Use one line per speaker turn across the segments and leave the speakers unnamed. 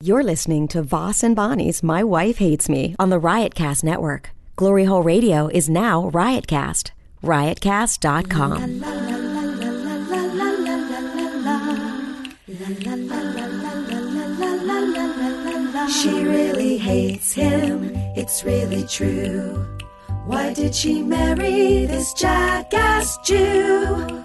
You're listening to Voss and Bonnie's My Wife Hates Me on the Riotcast Network. Glory Hole Radio is now Riotcast. Riotcast.com.
She really hates him, it's really true. Why did she marry this jackass Jew?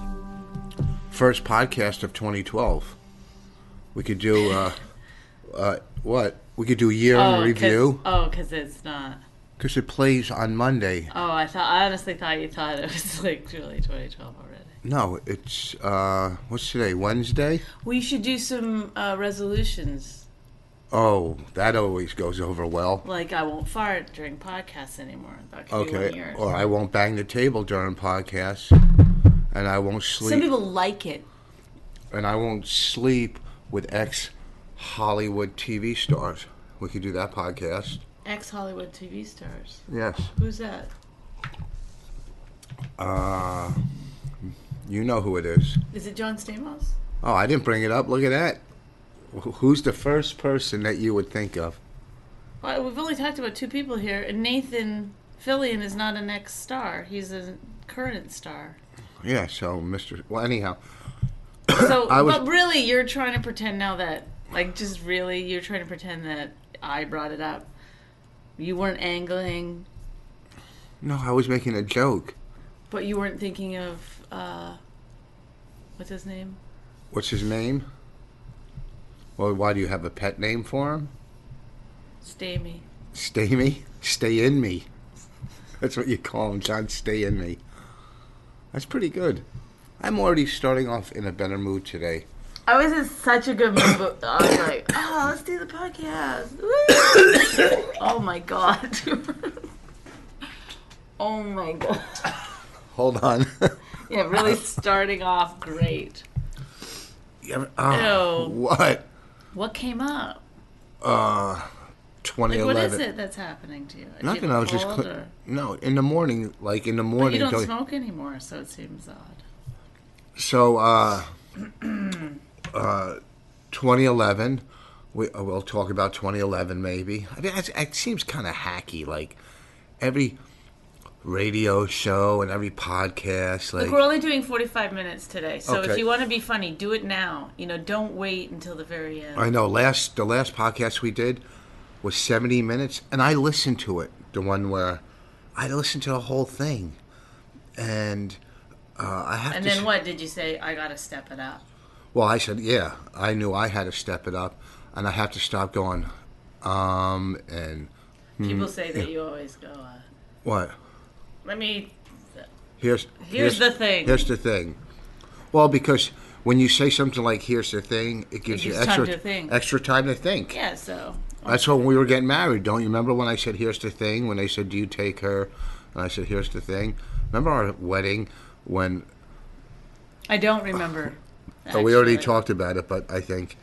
first podcast of 2012. We could do uh, uh, what? We could do a year in review
Oh, because it's not.
because it plays on Monday.
Oh, I thought. I honestly thought you thought it was like really 2012 already.
No, it's uh, what's today? Wednesday.
We should do some uh, resolutions,
Oh, that always goes over well.
like I won't fart during podcasts anymore. That could be one of
Okay,
yours.
or I won't bang the table during podcasts, and I won't
some
sleep,
people like it.
and I won't sleep with ex Hollywood TV stars. We could do that podcast.
Ex Hollywood TV stars.
Yes,
Who's that?
Uh, you know who it is.
Is it John Stamos?
Oh, I didn't bring it up. Look at that. Wh- Who's the first person that you would think of?
Well, we've only talked about two people here, and Nathan Fillion is not an ex star. He's a current star.
Yeah, so Mr. Well, anyhow,
So,
I was-
but really, you're trying to pretend now that, like, just really, you're trying to pretend that I brought it up. You weren't angling,
no, I was making a joke.
but you weren't thinking of, uh, what's his name?
What's his name? Well, why do you have a pet name for him?
Stamey.
Stay me? Stay in me. That's what you call him, John. Stay in me. That's pretty good. I'm already starting off in a better mood today.
I was in such a good mood. but I was like, oh, let's do the podcast. Woo! oh my god. oh my god.
Hold on.
Yeah, really starting off great.
You ever- oh,
Ew.
What?
What came up?
Uh, 2011.
What is it that's happening to you? Do you
Nothing.
have a
I was just
cold
cl-
or-
no in the morning, like in the
You
morning.
don't
till-
smoke anymore, so it seems odd.
So, uh, uh, 2011. We uh, we'll talk about 2011 maybe. I mean, it, it seems kind of hacky. Like every radio show and every podcast, like
Look, we're only doing 45 minutes today, so if
Okay.
you want to be funny, do it now. You know, don't wait until the very end.
I know last the last podcast we did was 70 minutes, and I listened to it. The one where I listened to the whole thing, and uh, I have
and
to.
then
s-
what did you say? I gotta step it up.
Well, I said, yeah, I knew I had to step it up, and I have to stop going, um, and Hmm.
People say that you always go. Uh,
what?
Let me.
Here's
Here's the thing.
Here's the thing. Well, because when you say something like "here's the thing," it gives you
gives time
extra
to think.
extra time to think.
Yeah, so
That's when we were getting married. Don't you remember when I said, "Here's the thing"? When they said, "Do you take her?" and I said, "Here's the thing." Remember our wedding when
I don't remember.
Oh, we already
actually.
talked about it, but I think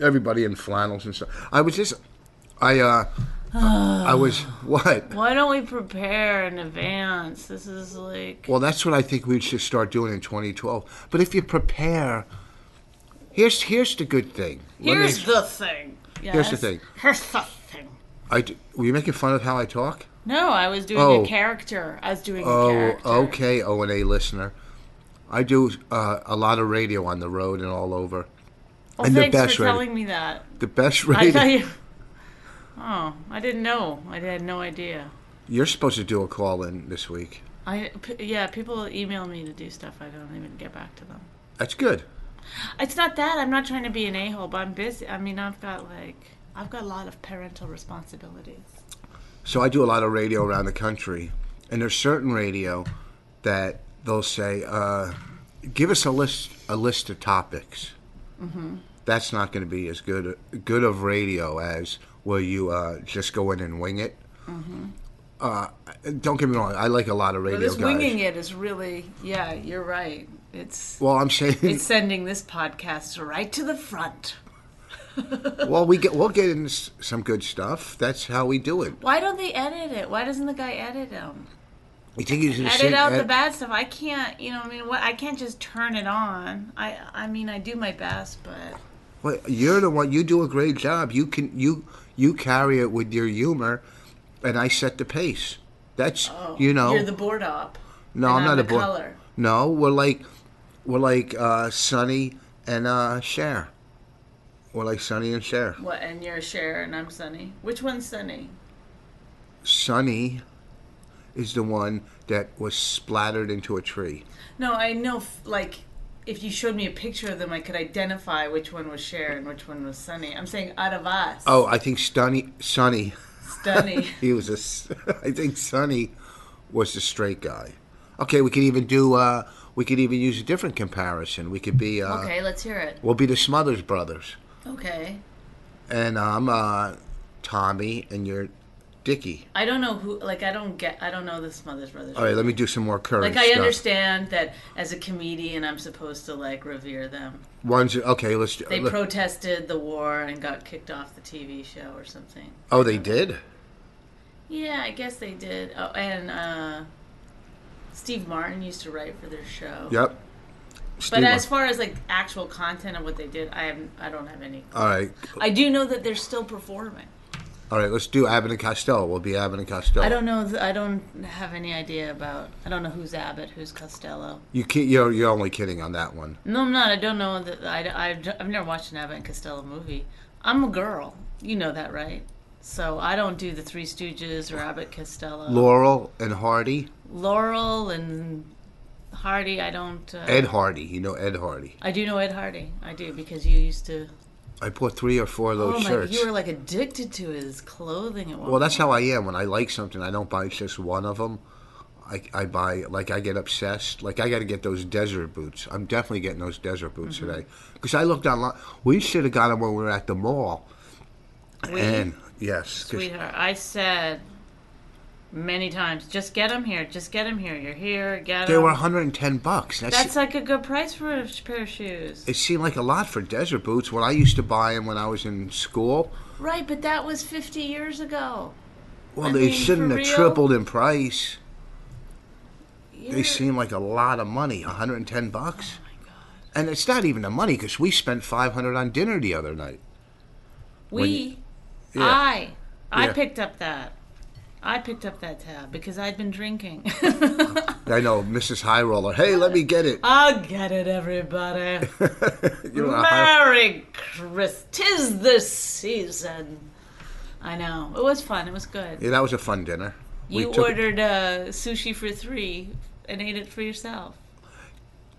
everybody in flannels and stuff. I was just, I, uh,
Ah.
I was what?
Why don't we prepare in advance? This is like.
Well, that's what I think we should start doing in 2012. But if you prepare, here's here's the good thing. Let me-
Here's the thing.
Here's the
Yes?
thing.
Here's the thing.
I d- were you making fun of how I talk?
No, I was doing
Oh.
a character. I was doing a
Oh,
character.
okay, O and A listener. I do uh, a lot of radio on the road and all over.
Well,
and the
thanks
best
for
rating.
telling me that.
The best
I
radio.
thought you. Oh, I didn't know. I had no idea.
You're supposed to do a call in this week.
I p- yeah, people email me to do stuff. I don't even get back to them.
That's good.
It's not that I'm not trying to be an a hole, but I'm busy. I mean, I've got like I've got a lot of parental responsibilities.
So I do a lot of radio around the country, and there's certain radio that they'll say, uh, "Give us a list, a
Mm-hmm.
list of topics." That's not going to be as good good of radio as where you uh, just go in and wing it.
Mm-hmm.
Uh, don't get me wrong, I like a lot of radio
This
guys.
winging it is really, yeah, you're right. It's
Well, I'm saying,
it's sending this podcast right to the front.
well, we get we'll get in s- some good stuff. That's how we do it.
Why don't they edit it? Why doesn't the guy edit them?
We think you should
Edit
sing-
out the
ed-
bad stuff. I can't, you know, I mean, what I can't just turn it on. I I mean, I do my best, but
Well, you're the one. You do a great job. You can you you carry it with your humor, and I set the pace. That's you know.
Oh, you're the board op.
no,
and
I'm
I'm
not
the
a boy.
color.
No, we're like we're like uh, Sonny and uh, Cher. We're like Sonny and Cher.
What? And you're Cher, and I'm Sunny. Which one's Sunny?
Sonny is the one that was splattered into a tree.
No, I know. f- Like, if you showed me a picture of them, I could identify which one was Cher and which one was Sunny. I'm saying out of us,
Oh, I think Sonny. Sonny.
Sunny.
He was a. s- I think Sonny was the straight guy. Okay, we could even do. Uh, we could even use a different comparison. We could be. Uh,
okay, let's hear it.
We'll be the Smothers Brothers,
Okay.
and I'm uh, Tommy, and you're Dickie.
I don't know who. Like, I don't get. I don't know this Mother's Brothers.
All right, let me do some more current
like, I
Oh, stuff.
understand that as a comedian, I'm supposed to like revere them.
One's okay. Let's. do-
They
let-
protested the war and got kicked off the TV show or something.
oh, they did.
Yeah, I guess they did. Oh, and uh, Steve Martin used to write for their show.
Yep.
But
Steve-
as far as like actual content of what they did, I am I don't have any.
all right,
I do know that they're still performing.
all right. Let's do Abbott and Costello. We'll be Abbott and Costello.
I don't know. th- I don't have any idea about. I don't know who's Abbott, who's Costello.
You can't, you're you're only kidding on that one.
No, I'm not. I don't know. That I, I I've never watched an Abbott and Costello movie. I'm a girl. You know that, right? So I don't do the Three Stooges or Abbott Costello,
Laurel and Hardy.
Laurel and Hardy. I don't. Uh,
Ed Hardy. You know Ed Hardy.
I do know Ed Hardy. I do because you used to.
I bought three or four of those
Oh my!
shirts.
You were like addicted to his clothing at one.
Well, that's how I am. When I like something, I don't buy just one of them. I, I buy like I get obsessed. Like I got to get those desert boots. I'm definitely getting those desert boots today because I looked online. We should have got them when we were at the mall.
We-
and yes, 'cause-
Sweetheart, I said many times, just get him here, just get him here. You're here, get
they
him.
were 110 bucks. That's,
um, That's like a good price for a sh- pair of shoes.
it seemed like a lot for desert boots. When I used to buy them when I was in school,
Right, but that was 50 years ago.
well,
I
they
mean,
shouldn't
for
have
real?
tripled in price. They
You're-
seem like a lot of money, 110
Oh,
bucks. And it's not even the money because we spent 500 on dinner the other night.
we,
Yeah.
I, I
Yeah.
picked up that. I picked up that tab because I'd been drinking.
I know, Mrs. High Roller. Hey, let me get it.
I'll get it, everybody.
You know, high-
Merry Christmas. Tis the season. I know. It was fun. It was good.
yeah, that was a fun dinner. We
You
took-
ordered uh, sushi for three and ate it for yourself.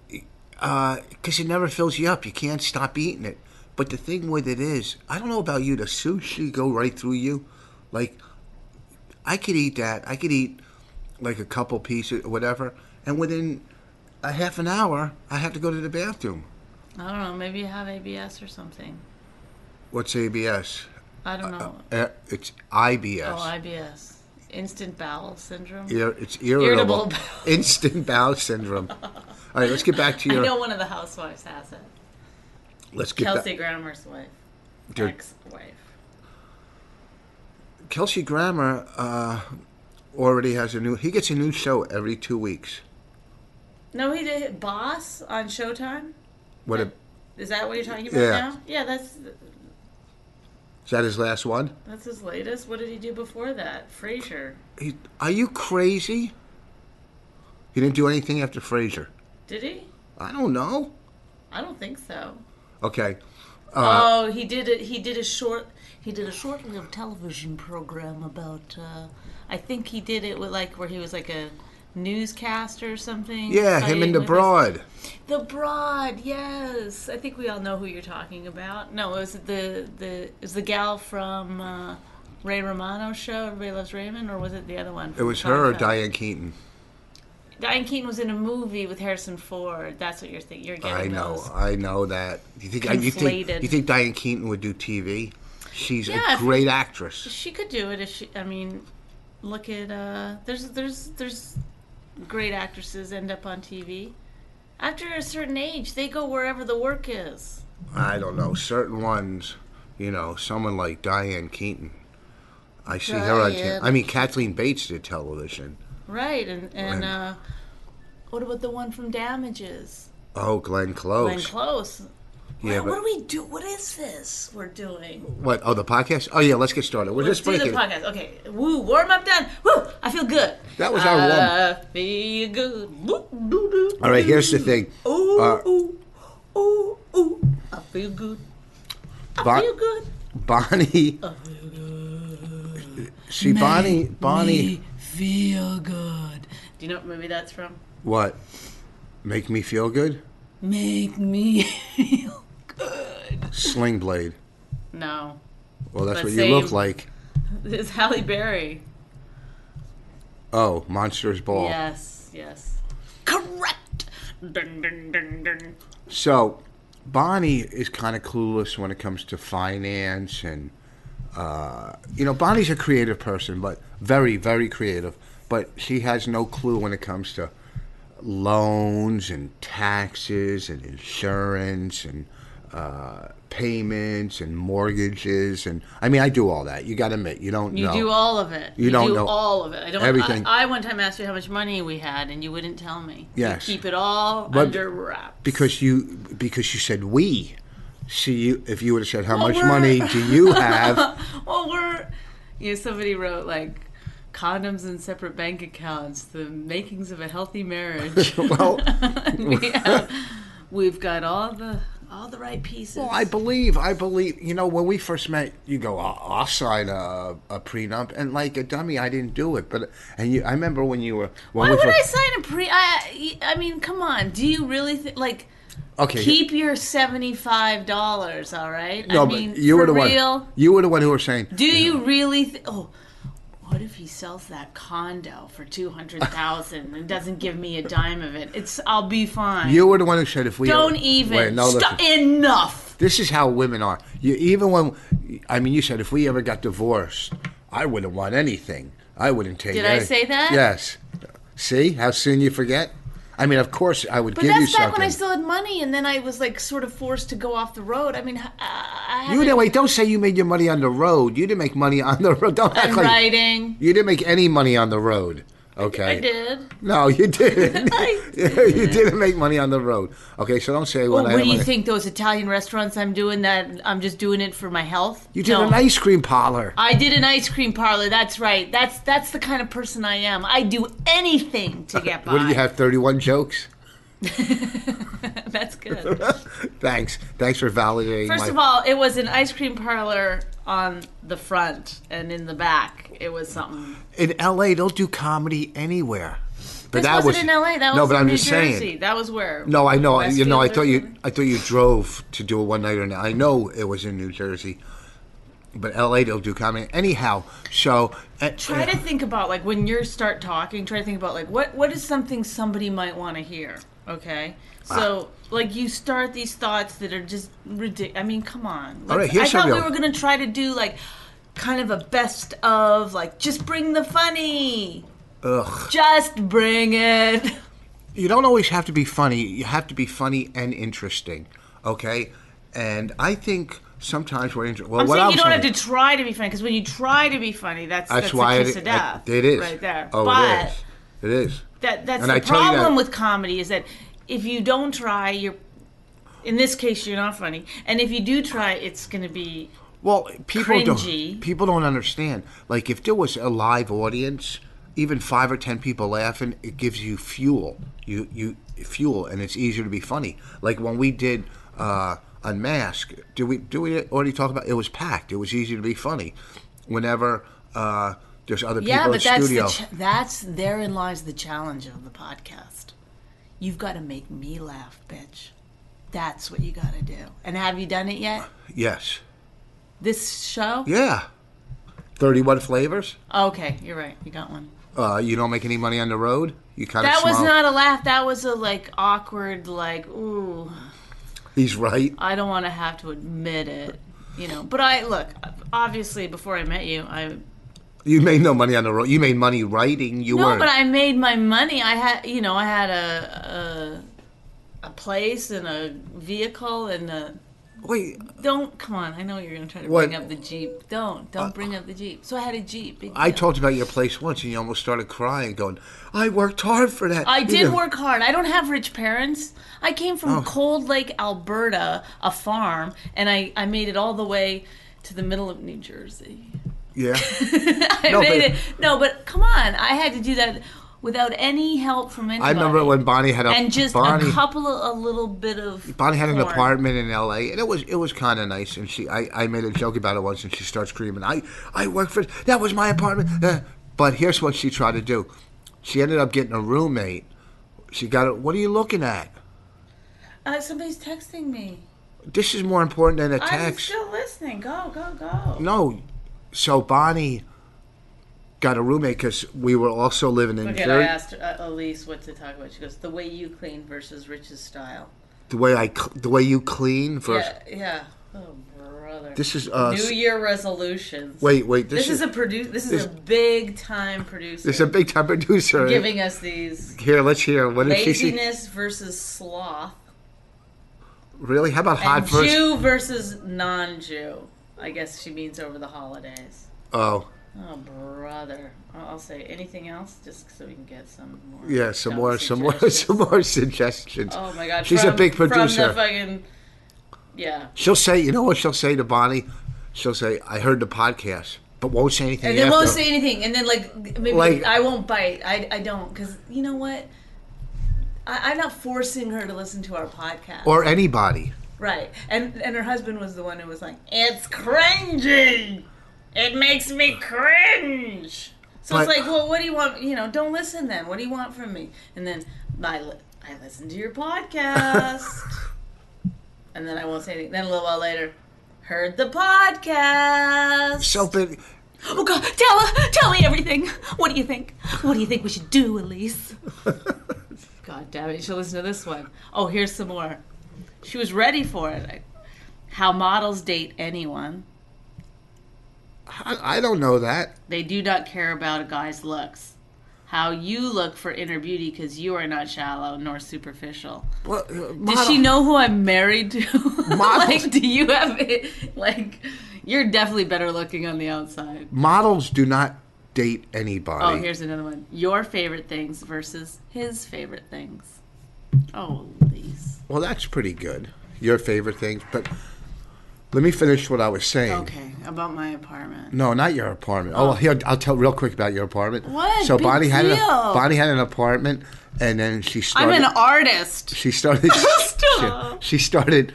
because Uh, it never fills you up. You can't stop eating it. But the thing with it is, I don't know about you. The sushi go right through you. Like, I could eat that. I could eat like a couple pieces, or whatever, and within a half an hour, I have to go to the bathroom.
I don't know. Maybe you have ABS or something.
What's ABS?
I don't know.
Uh, it's IBS.
oh, IBS, instant bowel syndrome.
Ir- it's irritable.
Irritable bowel.
Instant bowel syndrome. All right, let's get back to
I
your.
know one of the housewives has it.
Let's get
Kelsey
back.
Grammer's wife,
Dude.
ex-wife.
Kelsey Grammer uh, already has a new. He gets a new show every two weeks.
No, he did Boss on Showtime.
What a,
Is that what you're talking about
Yeah.
now? Yeah, that's
is that? His last one?
that's his latest. What did he do before that? Frasier.
He, are you crazy? He didn't do anything after Frasier.
Did he?
I don't know.
I don't think so.
Okay, Uh,
Oh, he did it. He did a short. He did a short-lived television program about. Uh, I think he did it with like where he was like a newscaster or something.
yeah, him
fighting
and the
with
broad.
his- The broad, yes. I think we all know who you're talking about. No, it was the the it was the gal from uh, Ray Romano's show. Everybody loves Raymond, or was it the other one?
It was her or
Seinfeld?
Diane Keaton.
Diane Keaton was in a movie with Harrison Ford. That's what you're thinking. You're getting
I know,
those.
I know that. You think I- you think
Conflated.
you think Diane Keaton would do TV? She's
Yeah,
a
if-
great actress.
She could do it if she. I mean, look at uh, there's there's there's great actresses end up on TV. After a certain age, they go wherever the work is.
I don't know certain ones. You know, someone like Diane Keaton. I see her on.
Diane.
T- I mean, Kathleen Bates did television.
Right, and and
Right.
uh, what about the one from Damages?
Oh, Glenn Close.
Glenn Close.
Yeah,
what,
but-
what do we do? What is this we're doing?
What? Oh, the podcast. Oh yeah, let's get started. We're
Let's
just
do the
breaking.
podcast. Okay, woo, warm up done. Woo, I feel good.
That was our warm-
I feel good. Woo, doo, doo,
All right, here's the thing.
Ooh,
Uh,
ooh, ooh, ooh. I feel good. I
Bon-
feel good. Uh,
Bonnie. See, Bonnie. Bonnie.
Feel good. Do you know what movie that's from?
What? Make me feel good.
Make me feel good.
Sling blade.
No,
Well, that's
But
what you look
same.
like.
it's Halle Berry.
Oh, monsters ball.
Yes, yes. Correct. Dun, dun, dun, dun.
So, Bonnie is kind of clueless when it comes to finance, and uh, you know, Bonnie's a creative person, but very, very creative. But she has no clue when it comes to loans and taxes and insurance and uh, payments and mortgages. And I mean, I do all that. You got to admit, you don't
You
know.
do all of it.
You don't
do
know
all of it. I don't.
everything.
I, I one time asked you how much money we had, and you wouldn't tell me. You
Yes.
keep it all
But-
under wraps.
because you because you said we. See, you, if you would have said, "How much
we're-
money do you have?"
well, Oh, we're you know somebody wrote like condoms and separate bank accounts, the makings of a healthy marriage.
well.
we have, we've got all the all the right pieces.
Well, I believe, I believe. You know, when we first met, you go, "I'll, I'll sign a, a prenup," and like a dummy, I didn't do it. But and you, I remember when you were. When we
Why would I
first,
sign a pre? I I mean, come on. Do you really think like?
Okay.
Keep your seventy-five dollars, all right?
No,
I
but
mean,
you were
for
the
real,
one. You were the one who were saying.
Do you really? Th- oh, what if he sells that condo for two hundred thousand and doesn't give me a dime of it? It's I'll be fine.
You were the one who said, "If we
don't even
Wait, no, listen.
Stop- enough.
This is how women are. You, even when, I mean, you said if we ever got divorced, I wouldn't want anything. I wouldn't take.
Did I
any-"
say that?
Yes. See how soon you forget. I mean, of course, I would
But
give you
that's back
something.
when I still had money, and then I was like sort of forced to go off the road. I mean, uh, I, I
you
haven't-
didn't wait. Don't say you made your money on the road. You didn't make money on the road. Don't act
I'm
like
writing.
you didn't make any money on the road. Okay.
I did.
No, you didn't.
I
you didn't make money on the road. Okay, so don't say what I
what do you
money-
think those Italian restaurants I'm doing that I'm just doing it for my health?
You did
No.
an ice cream parlor.
I did an ice cream parlor. That's right. That's that's the kind of person I am. I do anything to get by.
What do you have? Thirty-one jokes.
That's good.
Thanks. Thanks for validating.
First
my-
of all, it was an ice cream parlor on the front and in the back. It was something.
in L.A., they'll do comedy anywhere. But
This
that
wasn't
was
in LA. That
no.
was
but
in
I'm
New
just
Jersey.
saying.
That was where.
No, I know. you know, I
Westfield or
thought you.
something.
I thought you drove to do a one nighter. Now I know it was in New Jersey, but L.A. They'll do comedy anyhow. So uh,
Try to think about like when you start talking. Try to think about like what what is something somebody might want to hear. Okay,
Ah.
so like you start these thoughts that are just ridiculous. I mean, come on.
All right,
Let's-
here's
I thought
something
we
else.
were gonna try to do like kind of a best of like just bring the funny. Ugh. Just bring it.
you don't always have to be funny. You have to be funny and interesting. Okay, and I think sometimes we're interesting. Well,
I'm
what
saying
I'm
you don't
saying,
have to try to be funny because when you try to be funny, that's
That's,
that's,
why
a kiss
it,
of death.
it is
right there.
Oh,
but
it is. It is.
that that's
And
the
I tell you that-
problem with comedy is that if you don't try, you're in this case you're not funny, and if you do try, it's going to be
Well, people
Cringy.
don't people don't understand. Like if there was a live audience, even five or ten people laughing, it gives you fuel. You you fuel, and it's easier to be funny. Like when we did uh, Unmask, do we do we already talk about? It was packed. It was easy to be funny. Whenever uh, there's other
yeah,
people
but
in the
that's
studio,
the ch- that's therein lies the challenge of the podcast. You've got to make me laugh, bitch. That's what you got to do. And have you done it yet?
yes,
This show?
yeah, thirty-one flavors.
Okay, you're right. You got one.
Uh, you don't make any money on the road. You kind of
That was
smile.
not a laugh. That was a like awkward, like ooh,
He's right.
I don't want to have to admit it. you know. But I look obviously before I met you, I
You made no money on the road. You made money writing. You
no,
weren't.
but I made my money. I had you know I had a a, a place and a vehicle and a
Wait,
don't come on. I know you're gonna try to
What? Uh,
bring up the jeep. Don't don't bring up the jeep. So I had a jeep. big
I
deal.
talked about your place once, and you almost started crying, going, "I worked hard for that."
I
You Oh.
did
know,
work hard. I don't have rich parents. I came from Cold Lake, Alberta, a farm, and I, I made it all the way to the middle of New Jersey.
Yeah.
I
No,
made
but-
it. No, but come on. I had to do that without any help from anybody.
I remember when Bonnie had a
and just
Bonnie,
a couple of a little bit of
Bonnie had an
corn.
apartment in L.A. and it was it was kind of nice. And she, I, I made a joke about it once, and she starts screaming, "I I work for that was my apartment." Uh, But here's what she tried to do. She ended up getting a roommate. She got it. What are you looking at?
Uh, somebody's texting me.
This is more important than a
I'm
text.
still listening. Go go go.
No, so Bonnie got a roommate because we were also living in
Okay,
very-
I asked uh, Elise what to talk about. She goes, "The way you clean versus Rich's style."
the way I cl- the way you clean for
Yeah, yeah. Oh, brother.
this is uh
New Year resolutions.
wait wait this,
this is a produ- This is a big time producer.
this is a big time producer
giving us these
here let's hear what did she say
laziness versus sloth,
really how about hot
and
versus
Jew versus non-Jew. I guess she means over the holidays.
oh
Oh, brother. I'll I'll say anything else just so we can get some more.
yeah some
dumb
more some more
suggestions.
some more suggestions
Oh my God!
she's a
from-
big
From
producer
the fucking, yeah.
she'll say you know what she'll say to Bonnie she'll say I heard the podcast but won't say anything
And they won't
after.
say anything. And then like maybe
Like-
I won't bite. I I don't because you know what. I, I'm not forcing her to listen to our podcast,
or anybody
right? And and her husband was the one who was like, "It's cringy. It makes me cringe." So
But-
it's like, well, what do you want? You know, don't listen then. What do you want from me? And then I li- I listen to your podcast, and then I won't say anything. Then a little while later, heard the podcast.
so but
Oh God, tell tell me everything. What do you think? What do you think we should do, Elise? God damn it, she'll listen to this one. Oh, here's some more. She was ready for it. How models date anyone.
I, I don't know that
They do not care about a guy's looks. How you look for inner beauty because you are not shallow nor superficial.
well,
Does she know who I'm married to?
Models-
like, do you have it? Like, you're definitely better looking on the outside.
models do not date anybody
Oh, here's another one. Your favorite things versus his favorite things. Oh, Elise.
Well, that's pretty good. Your favorite things, but let me finish what I was saying.
Okay, about my apartment.
No, not your apartment. Oh, well, here I'll tell real quick about your apartment.
What?
So
Big
Bonnie had an
deal.
Bonnie had an apartment, and then she
I'm
started.
an artist.
she started.
Stop.
She, she started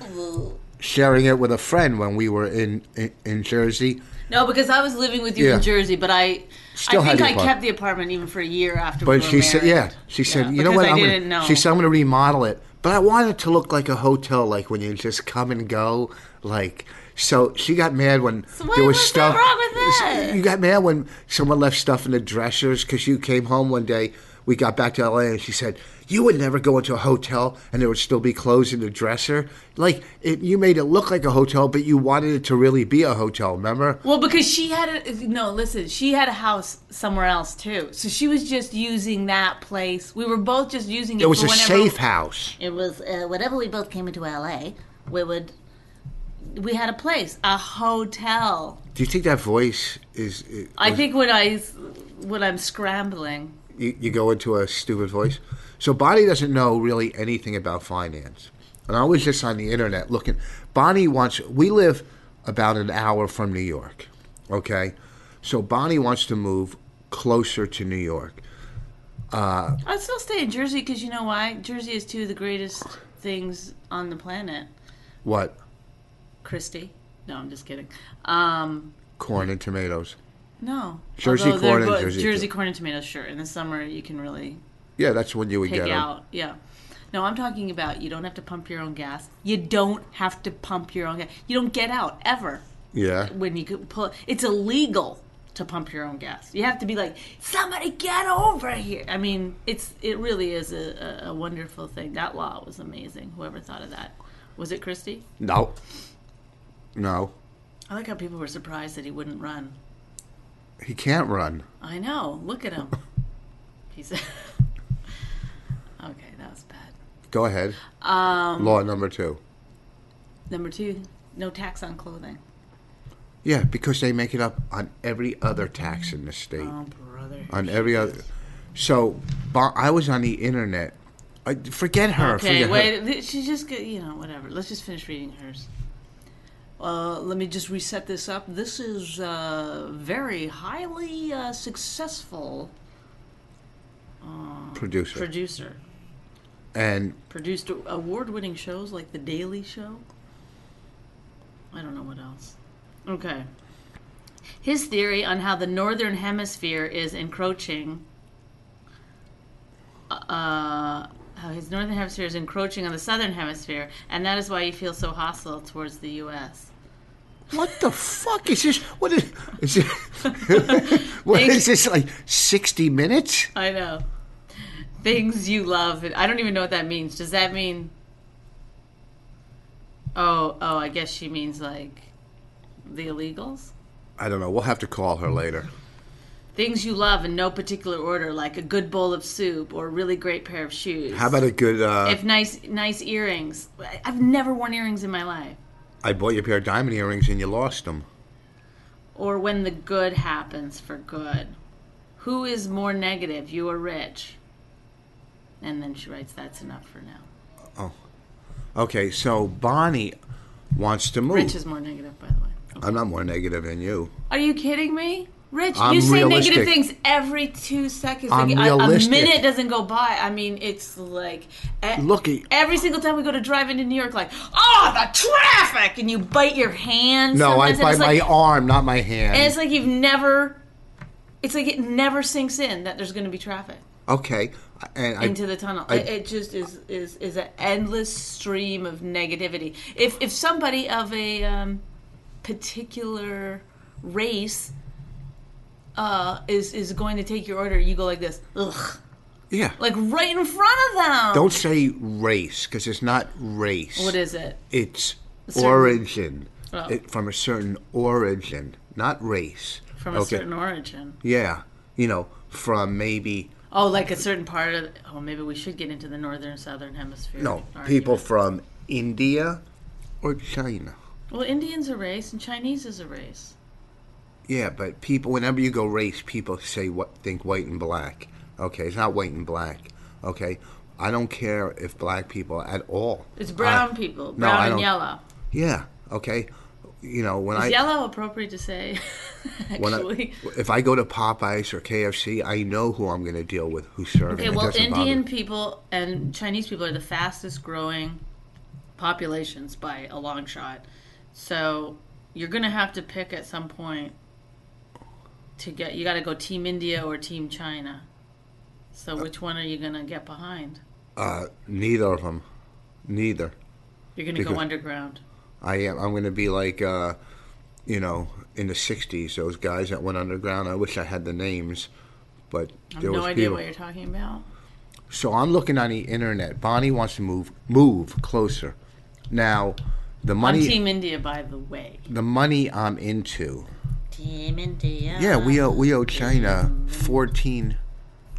sharing it with a friend when we were in in, in Jersey.
No, because I was living with you
Yeah.
in Jersey, but I
Still
I
had
think
the
I
apartment.
kept the apartment even for a year after we
But
were
she said,
married.
"Yeah." She said, "You know
because
what?
I
I'm
didn't
gonna,
know.
She said, "I'm going to remodel it, but I want it to look like a hotel, like when you just come and go, like." So she got mad when
what-
there was
what's
stuff.
wrong with that?
You got mad when someone left stuff in the dressers because you came home one day. We got back to L.A. and she said, "You would never go into a hotel and there would still be clothes in the dresser. Like it, you made it look like a hotel, but you wanted it to really be a hotel. Remember?
Well, because she had a no. Listen, she had a house somewhere else too, so she was just using that place. We were both just using it.
It was
for
a
whenever,
safe house.
It was uh, whenever we both came into LA, we would we had a place, a hotel.
Do you think that voice is? is
I think when I when I'm scrambling,
you, you go into a stupid voice. So Bonnie doesn't know really anything about finance. And I was just on the internet looking. Bonnie wants, we live about an hour from New York, okay? So Bonnie wants to move closer to New York.
I'd still stay in Jersey because you know why? Jersey is two of the greatest things on the planet.
What?
Christie. No, I'm just kidding. Um,
Corn and tomatoes.
no.
Jersey
Although they're
corn and
both-
Jersey
Jersey
too.
corn and tomatoes, sure. In the summer, you can really
Yeah, that's when you would
pig
get 'em.
out. Yeah. No, I'm talking about you don't have to pump your own gas. You don't have to pump your own gas. You don't get out ever.
Yeah.
when you could pull it's illegal to pump your own gas you have to be like somebody get over here i mean it's it really is a, a, a wonderful thing that law was amazing whoever thought of that was it christy
No. No.
I like how people were surprised that he wouldn't run.
He can't run.
I know. Look at him. He's. okay, that was bad.
Go ahead.
Um,
Law number two.
number two, no tax on clothing.
Yeah, because they make it up on every other tax in the state.
Oh, brother.
on every other. So Bo- I was on the internet. I, forget her. forget
Okay,
Her.
wait. th- She's just, go- you know, whatever. Let's just finish reading hers. Uh, let me just reset this up. This is uh, very highly uh, successful
Producer.
producer.
and
Produced award winning shows like The Daily Show. I don't know what else. Okay. His theory on how the Northern Hemisphere is encroaching. Uh, how his Northern Hemisphere is encroaching on the Southern Hemisphere, and that is why you feel so hostile towards the U.S.
what the fuck is this? What is? is it, what
Thank
is this like? Sixty minutes?
I know. Things you love. I don't even know what that means. Does that mean? Oh, oh, I guess she means like the illegals.
I don't know. We'll have to call her later.
Things you love in no particular order, like a good bowl of soup or a really great pair of shoes.
How about a good? Uh,
if nice nice earrings? I- I've never worn earrings in my life.
I bought you a pair of diamond earrings and you lost them.
Or when the good happens for good. Who is more negative? You are rich. And then she writes, "That's enough for now."
Okay, so Bonnie wants to move.
Rich is more negative, by the way.
I'm not more negative than you.
Are you kidding me? Rich,
I'm
you say negative
realistic.
things every two seconds.
I'm
Like, a, a
realistic.
minute doesn't go by. I mean, it's like e-
Look at-
every single time we go to drive into New York, like, oh, the traffic, and you bite your hand.
No, I
sometimes, and
by
it's like,
my arm, not my hand.
And it's like you've never. It's like it never sinks in that there's going to be traffic
okay, and I,
into the tunnel.
I-
it, it just is is is an endless stream of negativity. If if somebody of a um, particular race uh, is is going to take your order, you go like this, ugh,
yeah.
like right in front of them.
Don't say race because it's not race.
What is it?
It's
certain-
origin
Oh.
it, from a certain origin, not race.
From a certain origin.
yeah, you know, from maybe
Oh, like a certain part of. Oh, maybe we should get into the northern and southern hemisphere.
no
argument.
people from India or China.
Well, Indians are race and Chinese is a race.
Yeah, but people whenever you go race, people say what think white and black. Okay, it's not white and black. Okay, I don't care if black people at all.
It's
I-
brown people,
no, I
brown and
don't-
yellow.
Yeah. Okay. You know when
Is
I
yellow appropriate to say?
when I-
Actually.
if I go to Popeyes or KFC, I know who I'm going to deal with, who's serving.
Okay,
It
well,
doesn't bother
Indian
me.
people and Chinese people are the fastest growing populations by a long shot. So you're going to have to pick at some point to get, you got to go Team India or Team China. So which one are you going to get behind?
Uh, neither of them. Neither.
You're going to go
because-
underground.
I am. I'm going to be like, uh, you know, in the '60s, those guys that went underground. I wish I had the names, but
I have
there
no
was
idea
people.
what you're talking about.
So I'm looking on the internet. Bonnie wants to move move closer. Now, the
I'm
money
Team India, by the way.
the money I'm into.
Team India.
Yeah, we owe we owe China fourteen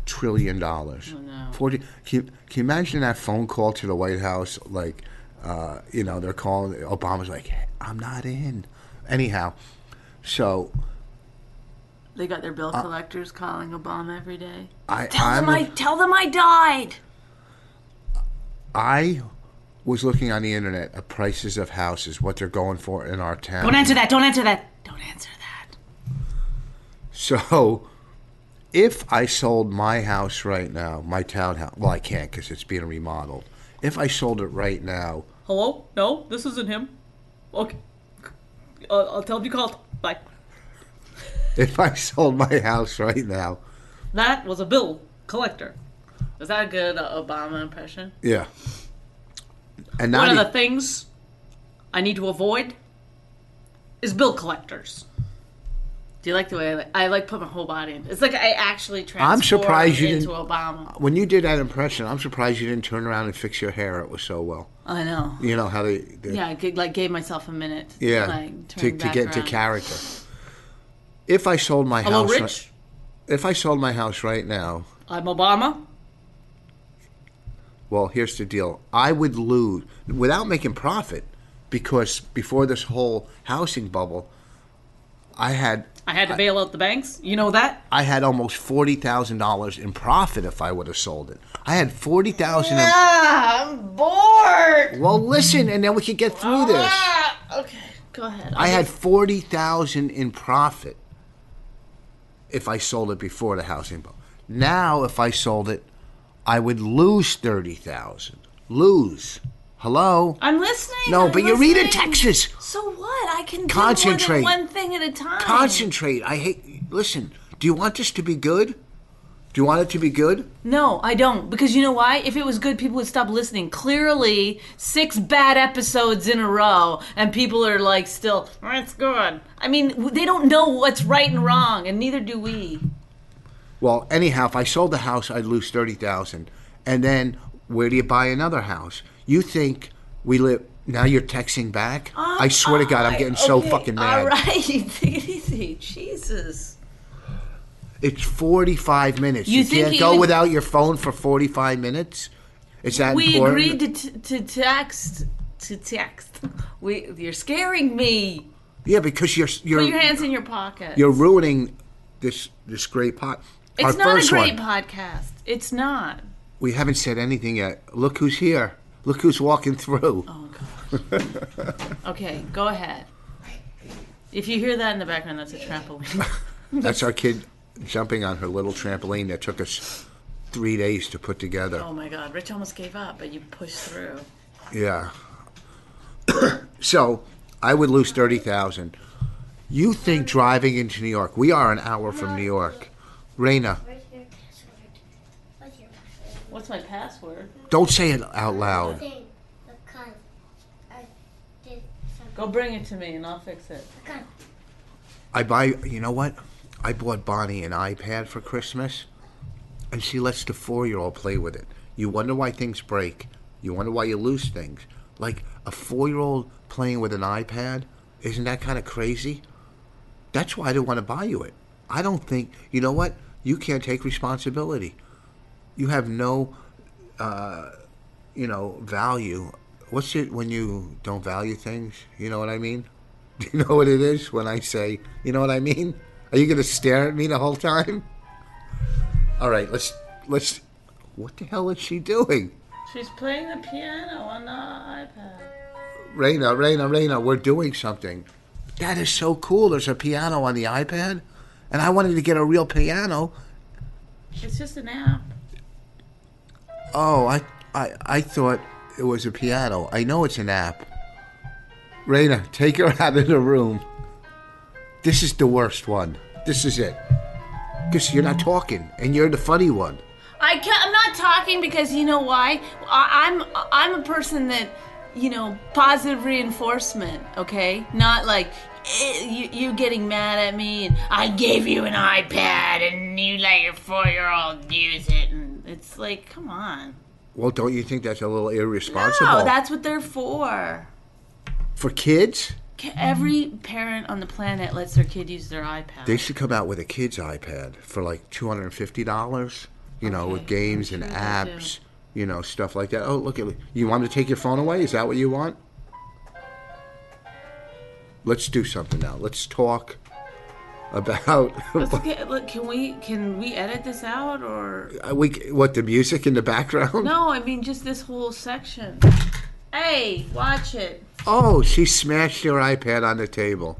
trillion dollars.
Oh, no.
Forty. Can, can you imagine that phone call to the White House? Like, uh, you know, they're calling. Obama's like, I'm not in. Anyhow, so
They got their bill
Uh,
collectors calling Obama every day.
I
Tell
I'm,
them I tell them I died.
I was looking on the internet at prices of houses, what they're going for in our town.
Don't answer that. Don't answer that. Don't answer that.
So, if I sold my house right now, my townhouse, well, I can't because it's being remodeled. If I sold it right now,
Hello? No, this isn't him. Okay. Uh, I'll tell him you called. Bye.
if I sold my house right now,
That was a bill collector. Is that a good uh, Obama impression?
yeah. And not
One of
e-
the things I need to avoid is bill collectors. Do you like the way I, like, I like put my whole body in? It's like I actually transform
I'm surprised you
into
didn't-
Obama.
when you did that impression, I'm surprised you didn't turn around and fix your hair. It was so well.
I know.
You know how they, they
Yeah, I g- like gave myself a minute.
yeah,
like,
to,
turn
to
back
get to
around.
character. If I sold my
Hello,
house, ri-
Rich.
if I sold my house right now,
I'm Obama.
Well, here's the deal. I would lose without making profit because before this whole housing bubble, I had
I had to bail out the banks. You know that?
I had almost forty thousand dollars in profit if I would have sold it. I had forty thousand.
Ah, I'm bored.
Well, listen, and then we could get through this.
Ah, okay, go ahead.
I had forty thousand in profit if I sold it before the housing bubble. Now, if I sold it, I would lose thirty thousand. Lose. Hello.
I'm listening.
no,
I'm
but you're reading
listening.
Texas.
So what? I can
Concentrate.
Do more than one thing at a time.
Concentrate. I hate. Listen. Do you want this to be good? Do you want it to be good?
No, I don't. Because you know why? If it was good, people would stop listening. Clearly, six bad episodes in a row, and people are like, still, "Oh, it's good. I mean, w- they don't know what's right and wrong, and neither do we.
Well, anyhow, if I sold the house, I'd lose thirty thousand, and then where do you buy another house? You think we live? Now you're texting back. I swear to God, I'm getting so
Okay,
fucking mad.
All right, take it easy. Jesus.
It's forty-five minutes.
You
You,
think
can't
you
go
would-
without your phone for forty-five minutes. Is that
We
important?
agreed to, t- to text. To text. We, you're scaring me.
yeah, because you're you're
Put your hands in your pocket.
you're ruining this this great pot. Our
it's not a
first
great
one.
podcast. It's not.
We haven't said anything yet. Look who's here. Look who's walking through.
Oh, gosh. okay, go ahead. If you hear that in the background, that's a trampoline.
That's our kid jumping on her little trampoline that took us three days to put together.
Oh my God, Rich almost gave up, but you pushed through.
Yeah. so I would lose thirty thousand. You think driving into New York? We are an hour from New York. Raina,
Where's your password? What's your password?
What's my password?
don't say it out loud.
Thing. Because I did something.
Go bring it to me and I'll fix it.
Because
I buy. You know what? I bought Bonnie an iPad for Christmas, and she lets the four-year-old play with it. You wonder why things break. You wonder why you lose things. Like a four-year-old playing with an iPad, isn't that kind of crazy? That's why I didn't want to buy you it. I don't think you know what. You can't take responsibility. You have no, uh, you know, value. What's it when you don't value things? You know what I mean? Do you know what it is when I say? You know what I mean? Are you going to stare at me the whole time? All right, let's let's. What the hell is she doing?
She's playing the piano on the iPad.
Raina, Raina, Raina, we're doing something. That is so cool. There's a piano on the iPad, and I wanted to get a real piano.
It's just an app.
Oh, I, I, I thought it was a piano. I know it's an app. Raina, take her out of the room. This is the worst one. This is it. Because you're not talking, and you're the funny one.
I can't, I'm not talking because you know why? I, I'm I'm a person that you know positive reinforcement. Okay, not like eh, you you getting mad at me and I gave you an iPad and you let your four year old use it and it's like come on.
Well, don't you think that's a little irresponsible
No, that's what they're for.
for kids?
Ca- Every parent on the planet lets their kid use their iPad.
They should come out with a kids iPad for like two hundred and fifty dollars. You know, with games and
they do.
apps. You know, stuff like that. Oh, look at you want 'em to take your phone away? Is that what you want? Let's do something now. Let's talk about
That's okay. Look, can we can we edit this out or
we what the music in the background.
No, I mean just this whole section. Hey, watch it.
Oh, she smashed your iPad on the table.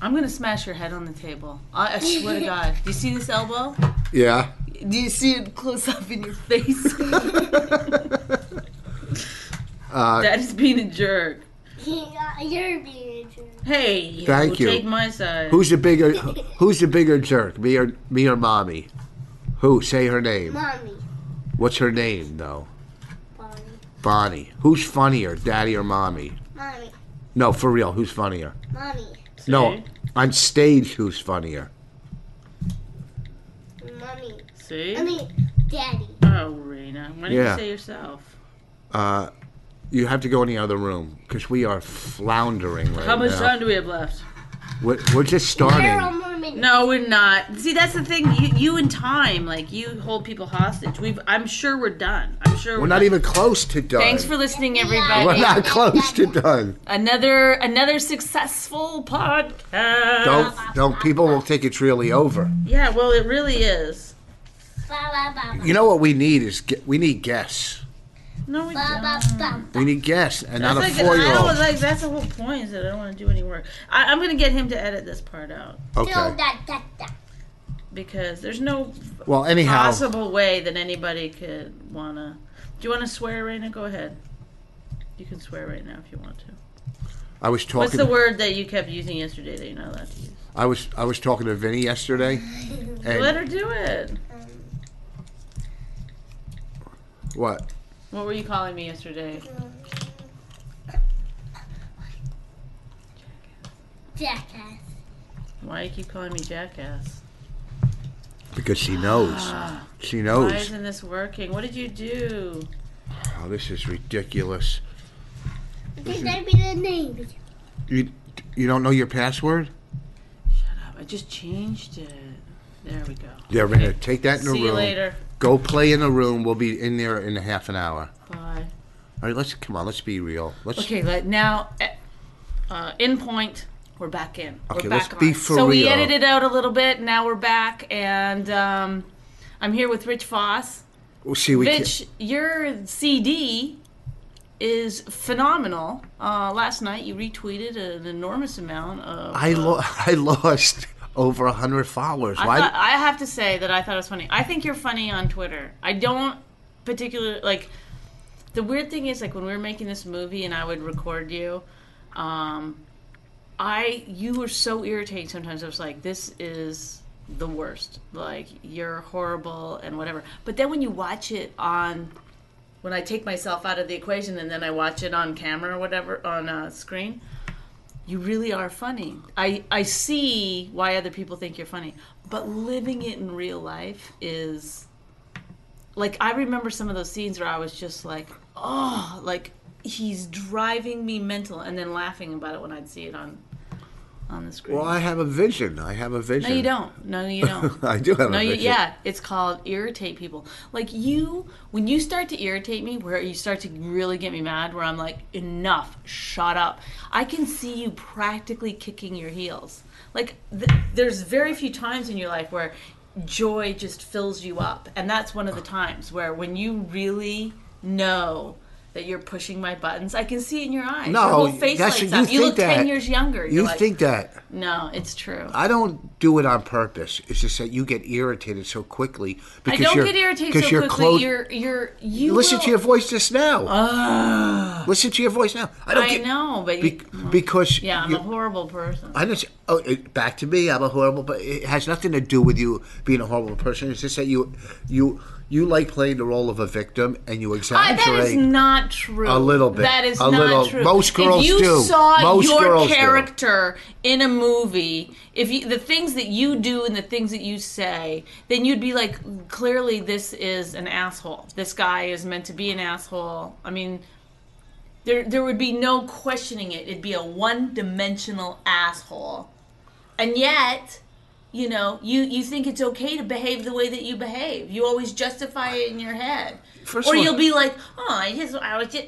I'm gonna smash your head on the table. I, I swear to God. Do you see this elbow?
Yeah.
Do you see it close up in your face? that is being a jerk.
you're being a jerk.
Hey,
Thank
we'll
you.
Take my side.
Who's the bigger Who's the bigger jerk? Me or me or mommy? Who? Say her name.
Mommy.
What's her name though?
Bonnie.
Bonnie. Who's funnier, daddy or mommy?
Mommy.
No, for real, who's funnier?
Mommy.
No, on stage, who's funnier?
Mommy.
See?
I mean, Daddy.
Oh, Rena. Why didn't
Yeah.
you say yourself?
Uh, you have to go in the other room because we are floundering right
How much
now.
time do we have left?
We're, we're just starting.
No, we're not. See, that's the thing. You, you and time, like you hold people hostage. We've. I'm sure we're done. I'm sure
We're not even close to done.
Thanks for listening, everybody.
We're not close to done.
Another another successful podcast.
Don't, don't. People will think it's really over.
Yeah, well, it really is.
You know what we need is ge- we need guests.
No, we don't.
We need guests and not
Like,
a four
I
year
don't
old.
like. That's the whole point. Is that I don't want to do any work. I, I'm gonna get him to edit this part out
Okay.
because there's no
Well, anyhow,
possible way that anybody could wanna. Do you want to swear right now? Go ahead. You can swear right now if you want to.
I was
What's the
talking.
word that you kept using yesterday that you're not allowed to use?
I was I was talking to Vinny yesterday.
Let
And
her do it.
what?
What were you calling me yesterday?
Jackass.
Mm-hmm.
Why you keep calling me jackass?
Because she knows. She
Ah. Why
knows.
isn't this working? What did you do?
Oh, this is ridiculous.
Did that be the name?
You you don't know your password?
Shut up. Oh, I just changed it. There we go.
Yeah, we're gonna take that in the
See
room.
you later.
Go play in the room. We'll be in there in a half an hour.
Bye.
All right, let's come on. Let's be real. Let's
Okay, let, now, eh, uh, in point, we're back in.
Okay,
we're
let's
back
be
on.
for
so we
real.
edited out a little bit. Now we're back, and um, I'm here with Rich Foss.
Well, see. We can,
Rich, your CD is phenomenal. Uh, last night you retweeted an enormous amount of.
I lo- I lost over hundred followers.
I,
Why?
thought, I have to say that I thought it was funny. I think you're funny on Twitter. I don't particularly like. The weird thing is, like when we were making this movie and I would record you, um, I you were so irritating sometimes. I was like, this is the worst. Like you're horrible and whatever. But then when you watch it on. When I take myself out of the equation and then I watch it on camera or whatever on uh, screen, you really are funny. I, I see why other people think you're funny, but living it in real life is like I remember some of those scenes where I was just like, oh, like he's driving me mental, and then laughing about it when I'd see it on on the screen.
well, I have a vision. I have a vision.
no, you don't. No, you don't.
I do have
No,
a
you,
vision.
yeah, it's called irritate people. Like you, when you start to irritate me, where you start to really get me mad, where I'm like, enough, shut up. I can see you practically kicking your heels. Like th- there's very few times in your life where joy just fills you up, and that's one of the times where when you really know. That you're pushing my buttons. I can see it in your eyes.
No,
your whole face
that's-
lights
you
up. You
think
look ten
that.
years younger. You're
You
like,
think that?
no, it's true.
I don't do it on purpose. It's just that you get irritated so quickly
I
because
don't
you're,
get irritated so
because
quickly.
you're close.
you're you're you
Listen
will- Ah.
to your voice just now. Listen to your voice now. I don't
I
get
know, but
be-
you,
because
yeah, I'm
you-
a horrible person.
I just oh, it, back to me. I'm a horrible, but it has nothing to do with you being a horrible person. It's just that you you you like playing the role of a victim and you
I-
exaggerate.
Oh, that is not true.
A little bit.
That is
A
not
little.
true.
Most girls
if you
do.
saw
Most
your
girls do.
character in a movie, if you, the things that you do and the things that you say, then you'd be like, clearly, this is an asshole. This guy is meant to be an asshole. I mean, there there would be no questioning it. It'd be a one dimensional asshole, and yet. You know, you, you think it's okay to behave the way that you behave. You always justify it in your head
First
or
of all-
you'll be like, oh, I just, I was just,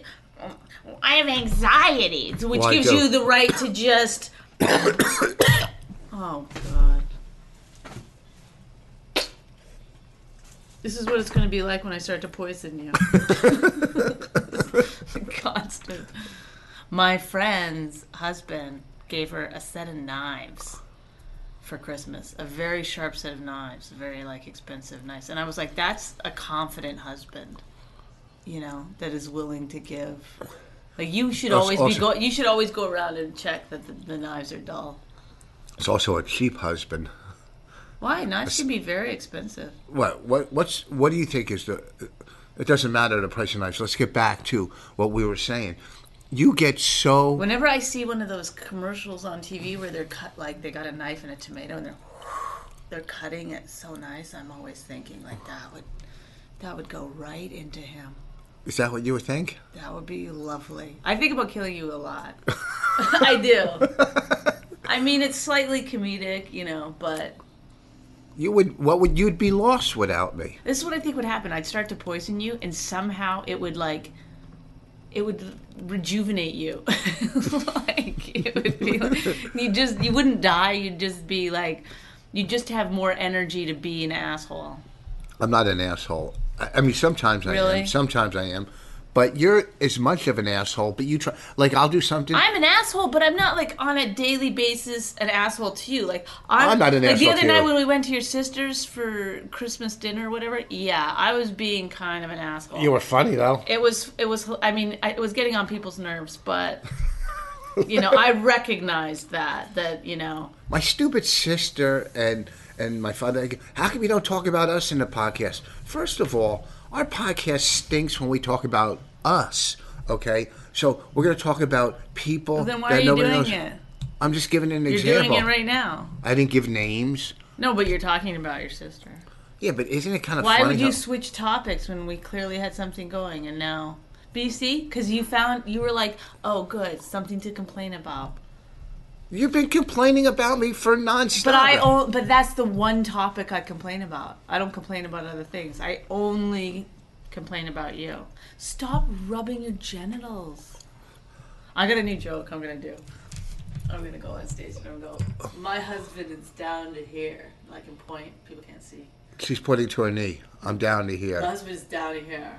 I have anxieties, which
Well, I
gives
do.
you the right to just. oh God. This is what it's going to be like when I start to poison you. Constant. My friend's husband gave her a set of knives for Christmas. A very sharp set of knives, very like expensive knives. And I was like, that's a confident husband, you know, that is willing to give. Like you should
That's
always be
awesome.
go. You should always go around and check that the, the knives are dull.
It's also a cheap husband.
Why knives should be very expensive?
What what what's what do you think is the? It doesn't matter the price of knives. Let's get back to what we were saying. You get so
Whenever I see one of those commercials on TV where they're cut like they got a knife and a tomato and they're they're cutting it so nice, I'm always thinking like that would that would go right into him.
Is that what you would think?
That would be lovely. I think about killing you a lot. I do. I mean, it's slightly comedic, you know, but
You would. What would you'd be lost without me?
this is what I think would happen. I'd start to poison you, and somehow it would like, it would rejuvenate you. like it would be, you just you wouldn't die. You'd just be like, you just have more energy to be an asshole.
I'm not an asshole. I, I mean, sometimes I
Really?
am. Sometimes I am. But you're as much of an asshole. But you try. Like I'll do something.
I'm an asshole, but I'm not like on a daily basis an asshole to you. Like I'm,
I'm not an
like,
asshole
The other
to
night
you.
when we went to your sister's for Christmas dinner or whatever, yeah, I was being kind of an asshole.
you were funny though.
it was it was I mean I- it was getting on people's nerves, but you know I recognized that that you know
my stupid sister and and my father how come you don't talk about us in the podcast first of all our podcast stinks when we talk about us okay so we're going to talk about people
then why
that
are you
nobody
doing
knows
it?
i'm just giving an
You're
example
doing it right now.
i didn't give names
No, but you're talking about your sister.
yeah but isn't it kind of
Why
funny
would you
how-
switch topics when we clearly had something going and now BC? Because you found you were like, oh, good, something to complain about.
you've been complaining about me for nonstop
But I, o- but that's the one topic I complain about. I don't complain about other things. I only complain about you. Stop rubbing your genitals. I got a new joke. I'm gonna do. I'm gonna go on stage and I'm gonna go. My husband is down to here. And I can point. People can't see.
she's pointing to her knee i'm down to here
My husband's down to here.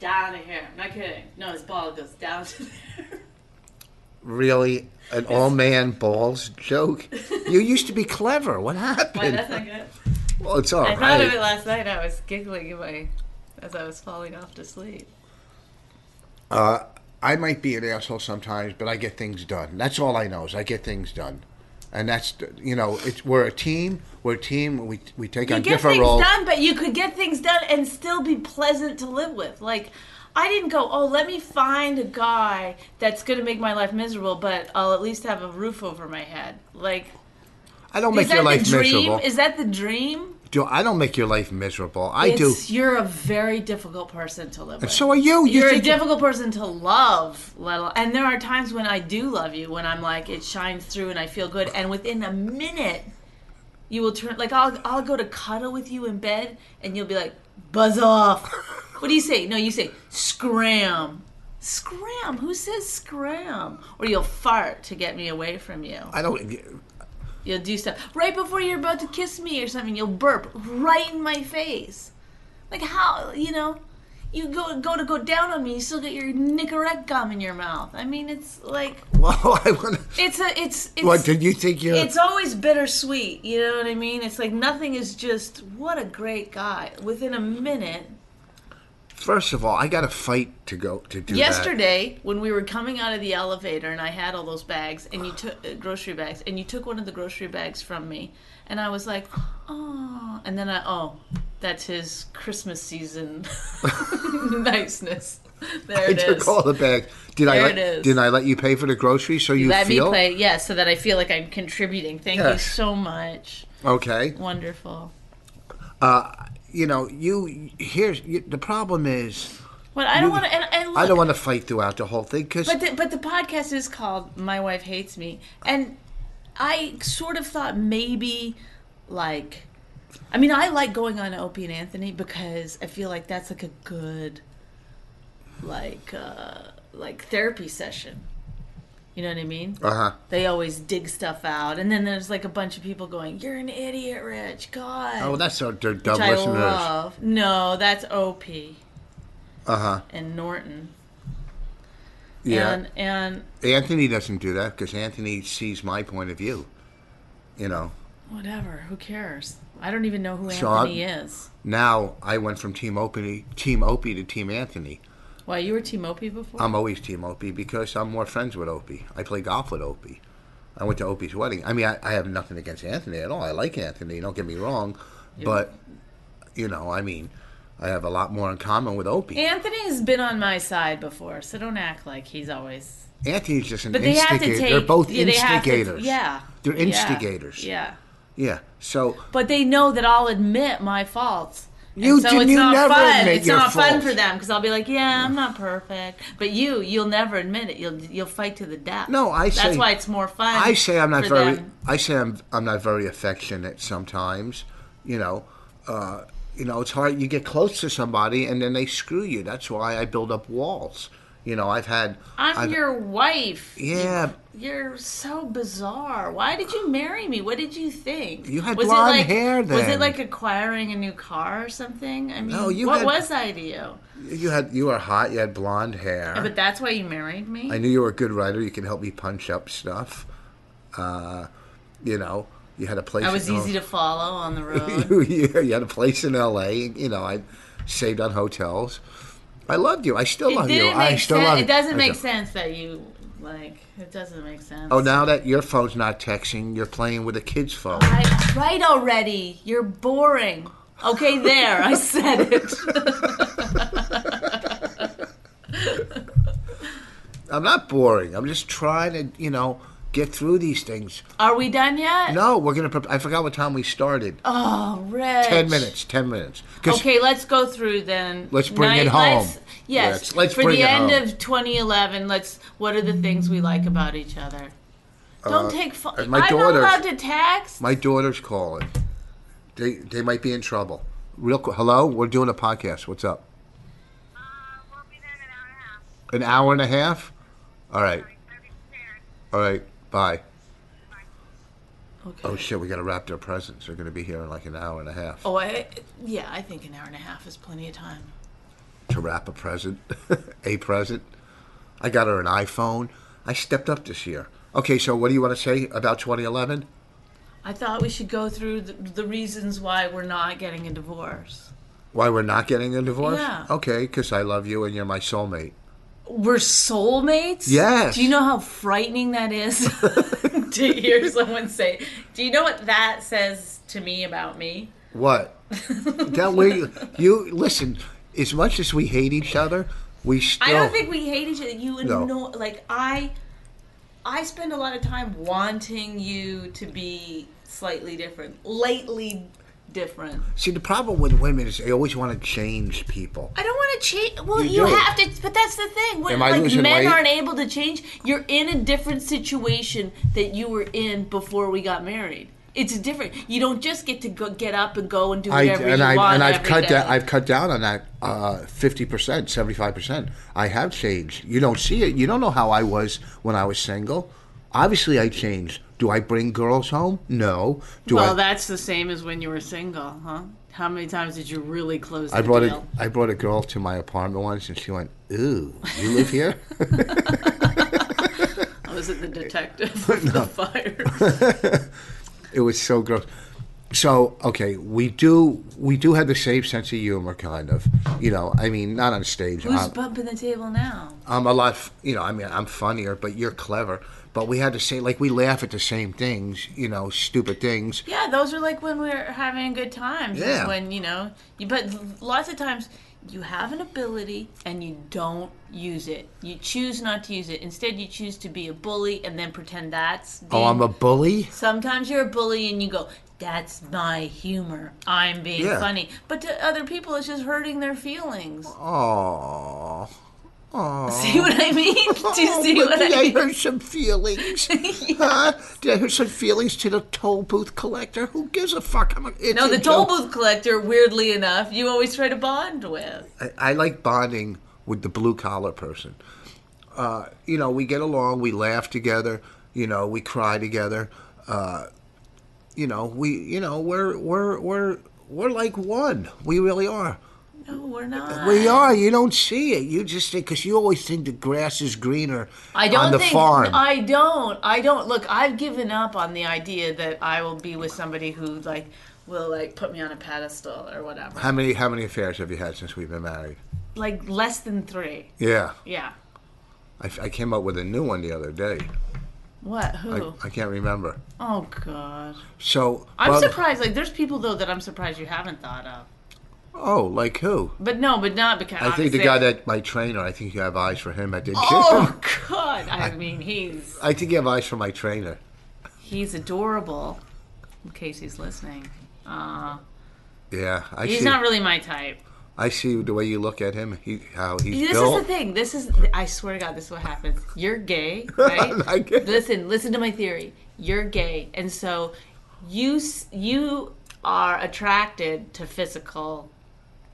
Down to here. I'm not kidding. No, his ball goes down to there.
really an all-man balls joke you used to be clever what happened
Why, that's not good.
well it's all
I
right.
thought of it last night. I was giggling in my, as I was falling off to sleep.
I might be an asshole sometimes, but I get things done. That's all I know is I get things done, and that's you know it's we're a team. We're a team. We we take
You
on
get
different
things
roles.
done, but you could get things done and still be pleasant to live with. Like, I didn't go, oh, let me find a guy that's going to make my life miserable, but I'll at least have a roof over my head. Like,
I don't
is
make
that
your life
the dream?
miserable.
Is that the dream?
Do I don't make your life miserable. I do.
It's- You're a very difficult person to live with.
So are you? You
You're a
think-
difficult person to love, let al- and there are times when I do love you, when I'm like it shines through and I feel good, and within a minute, you will turn like I'll I'll go to cuddle with you in bed, and you'll be like buzz off. what do you say? No, you say scram, scram. Who says scram? Or you'll fart to get me away from you.
I don't.
You'll do stuff right before you're about to kiss me or something. You'll burp right in my face. Like how you know? You go go to go down on me. You still got your Nicorette gum in your mouth. I mean, it's like
Well, I want.
it's a it's it's
What did you think? You.
it's always bittersweet. You know what I mean? It's like nothing is just what a great guy. Within a minute,
First of all, I got to fight to go to do that.
Yesterday, when we were coming out of the elevator, and I had all those bags, and you took uh, grocery bags, and you took one of the grocery bags from me, and I was like, oh, and then I, oh, that's his Christmas season niceness. There
I
it
took
is.
all the bags. Did I?
There
Let,
it is.
Did I let you pay for the groceries so you
Let
feel
me play, yeah, so that I feel like I'm contributing. Thank you
Yes.
so much.
okay?
Wonderful.
You know, you here's you, the problem is
But I don't want to, and, and
I
look,
don't want to fight throughout the whole thing because
But the, but the podcast is called My Wife Hates Me, and I sort of thought maybe like, I mean, I like going on Opie and Anthony because I feel like that's like a good, like uh, like therapy session. You know what I mean?
uh huh.
They always dig stuff out, and then there's like a bunch of people going, "You're an idiot, Rich." God,
Oh, that's our they're dumb
which I
listeners.
love. No, that's Op
Uh huh.
and Norton.
Yeah.
And and
Anthony doesn't do that because Anthony sees my point of view. You know.
Whatever. Who cares? I don't even know who
So I-
Anthony is.
Now I went from Team Opie, Team Opie to Team Anthony.
Why you were Team Opie before?
I'm always Team Opie because I'm more friends with Opie. I play golf with Opie. I went to Opie's wedding. I mean, I, I have nothing against Anthony at all. I like Anthony. Don't get me wrong, but you know, I mean, I have a lot more in common with Opie.
Anthony's been on my side before, so don't act like he's always.
Anthony's just an
But they have
instigator.
to take.
They're both
yeah, they have to-
instigators.
yeah.
They're
Yeah.
instigators.
Yeah.
Yeah. So
But they know that I'll admit my faults,
You
so
did-
it's
you
not
never
fun.
admit
it's
your
not fun
faults.
for them because I'll be like, yeah, I'm not perfect. But you, you'll never admit it. You'll you'll fight to the death.
No, I
That's
say-
why it's more fun.
I say I'm not
for
very.
them.
I say I'm I'm not very affectionate sometimes. You know, uh, you know it's hard. You get close to somebody and then they screw you. That's why I build up walls. You know, I've had.
I'm
I've-
your wife.
Yeah.
You, are so bizarre. Why did you marry me? What did you think?
You had
was
blonde
it like,
hair
Was
then.
it like acquiring a new car or something? I mean,
No, you
what
had-
was I to you?
You had you were hot. You had blonde hair.
But that's why you married me?
I knew you were a good writer. You can help me punch up stuff. Uh, you know, you had a place.
I was
in
easy to follow on the road.
you, you you had a place in L.A. You know, I saved on hotels. I loved you. I still
it
love
didn't
you.
make
I still
sense.
love you.
It doesn't
I
make
still-
sense that you like. It doesn't make sense.
Oh, now that your phone's not texting, you're playing with a kid's phone.
I, right already. You're boring. Okay, there. I said it.
I'm not boring. I'm just trying to, you know, get through these things.
Are we done yet?
No, we're gonna. Prep- I forgot what time we started.
Oh, Rich.
ten minutes. Ten minutes. 'Cause
Okay, let's go through then.
Let's bring it
let's-
home.
yes.
Let's- let's
for
bring
the
it
end
home.
of 2011, let's. What are the things we like about each other? Don't take. Fo-
Uh, my
I'm not
daughter's-
allowed to text.
My daughter's calling. They they might be in trouble. Real qu- hello, we're doing a podcast. What's up?
Uh, we'll be there in an hour and a half.
An hour and a half. All right,
Better be prepared.
all right. Bye.
okay.
Oh shit, we gotta wrap their presents. They're gonna be here in like an hour and a half
Oh, I, yeah. I think an hour and a half is plenty of time.
to wrap a present, a present. I got her an iPhone. I stepped up this year. Okay, so what do you want to say about 2011?
I thought we should go through the, the reasons why we're not getting a divorce.
Why we're not getting a divorce?
Yeah.
Okay, because I love you and you're my soulmate.
We're soulmates?
Yes.
Do you know how frightening that is to hear someone say? Do you know what that says to me about me?
What? that way, you listen. As much as we hate each other, we still.
I don't think we hate each other. You
No.
know, like I, I spend a lot of time wanting you to be slightly different, lately different.
See, the problem with women is they always want to change people.
I don't want to change. Well,
You
you,
do.
have to, but that's the thing. When,
Am I
like
losing
men
weight?
aren't able to change, you're in a different situation that you were in before we got married. It's different. You don't just get to go, get up and go and do
I,
whatever
and
you
I
want.
and I've
every
cut
day.
down. I've cut down on that uh, fifty percent, seventy five percent. I have changed. You don't see it. You don't know how I was when I was single. Obviously, I changed. Do I bring girls home? No. Do I?
well, that's the same as when you were single, huh? How many times did you really close? The
I brought
deal?
a I brought a girl to my apartment once, and she went, "Ooh, you live here?"
I was it the detective of the fire?
it was so gross. So okay, we do we do have the same sense of humor, kind of. You know, I mean, not on stage. uh,
Who's
I'm-
bumping the table now?
I'm a lot, f- you know, I mean, I'm funnier, but you're clever. But we had to say, like, we laugh at the same things, you know, stupid things.
Yeah, those are like when we're having good times. is
Yeah.
When you know, you, but lots of times you have an ability and you don't use it. You choose not to use it. Instead, you choose to be a bully and then pretend that's.
Oh,
being-
I'm a bully?
Sometimes you're a bully and you go, "That's my humor. I'm being
Yeah.
funny." But to other people, it's just hurting their feelings.
Oh. Aww. Aww.
See what I mean? Do you see
oh,
what I
maybe
mean?
hurt some feelings. huh? Did I hurt some feelings to the toll booth collector? Who gives a fuck? I'm a, it's
No,
a
the toll
joke.
booth collector. Weirdly enough, you always try to bond with.
I, I like bonding with the blue collar person. Uh, you know, we get along, we laugh together, you know, we cry together. Uh, you know, we you know, we're we're we're we're like one. We really are.
No, we're not.
We are. You don't see it. You just think because you always think the grass is greener
I don't
on the
think
farm.
I don't. I don't. Look, I've given up on the idea that I will be with somebody who like will like put me on a pedestal or whatever.
how many how many affairs have you had since we've been married?
Like less than 3.
Yeah,
Yeah.
I, I came up with a new one the other day.
What? Who?
I can't remember.
oh god.
So
I'm
well,
surprised like there's people though that I'm surprised you haven't thought of.
Oh, like who?
But no, but not because
I think the guy that my trainer. I think you have eyes for him at the gym.
Oh god. I mean, he's
I think you have eyes for my trainer.
he's adorable. In case he's listening. Uh
Yeah, I
He's
see.
not really my type.
I see the way you look at him. He how he's
This
built.
is the thing. This is I swear to God, this is what happens. You're gay, right?
I get it.
listen, listen to my theory. You're gay, and so you s- you are attracted to physical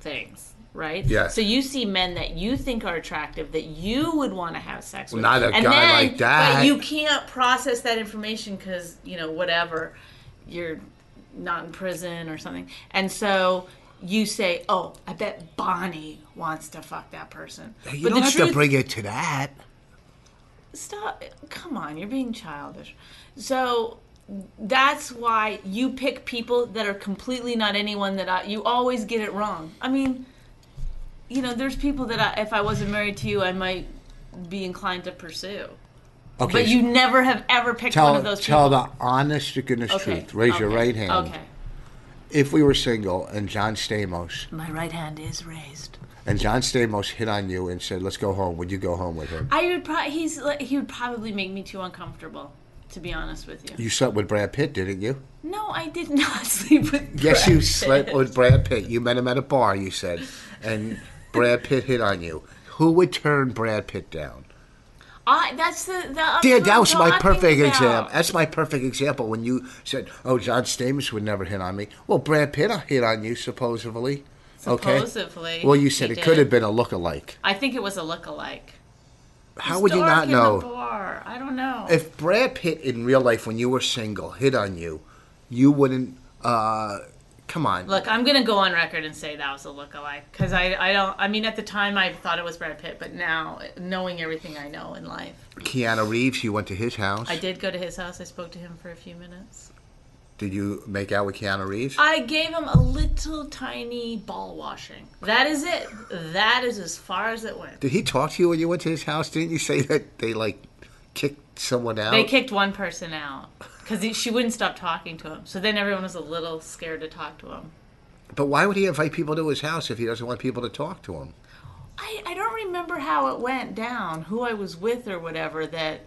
things, right?
Yes.
So you see men that you think are attractive that you would want to have sex with.
not a
and
guy
then,
like that.
But you can't process that information because you know whatever you're not in prison or something. And so you say, "Oh, I bet Bonnie wants to fuck that person."
You don't have to bring it to that.
stop. Come on, you're being childish. So that's why you pick people that are completely not anyone that I. You always get it wrong. I mean, you know, there's people that I, if I wasn't married to you, I might be inclined to pursue.
Okay.
But you never have ever picked
tell
one of those
tell
people.
the honest to goodness
Okay,
truth. Raise your
okay,
right hand.
Okay.
If we were single and John Stamos
My right hand is raised.
and John Stamos hit on you and said, "Let's go home," would you go home with him?
I would probably he's like- he would probably make me too uncomfortable. To be honest with you,
You slept with Brad Pitt, didn't you?
no, I did not sleep with.
Yes,
Brad
you
Pitt.
slept with Brad Pitt. You met him at a bar, you said, and Brad Pitt hit on you. Who would turn Brad Pitt down?
I, that's the the.
Yeah, that was my perfect
exam.
example. That's my perfect example when you said, "Oh, John Stamos would never hit on me." Well, Brad Pitt hit on you supposedly.
Supposedly,
Okay. Well, you said
he
it could
did.
have been a look-alike.
I think it was a look-alike.
How
It's
would you
dark
not
in
know?
The bar. I don't know.
if Brad Pitt in real life, when you were single, hit on you, you wouldn't. Uh, come on.
Look, I'm gonna go on record and say that was a look-alike because I I don't. I mean, at the time I thought it was Brad Pitt, but now knowing everything I know in life,
Keanu Reeves, you went to his house.
I did go to his house. I spoke to him for a few minutes.
Did you make out with Keanu Reeves?
I gave him a little tiny ball washing. That is it. That is as far as it went.
Did he talk to you when you went to his house? Didn't you say that they like kicked someone out?
They kicked one person out because she wouldn't stop talking to him. So then everyone was a little scared to talk to him.
but why would he invite people to his house if he doesn't want people to talk to him?
I, I don't remember how it went down, who I was with or whatever. That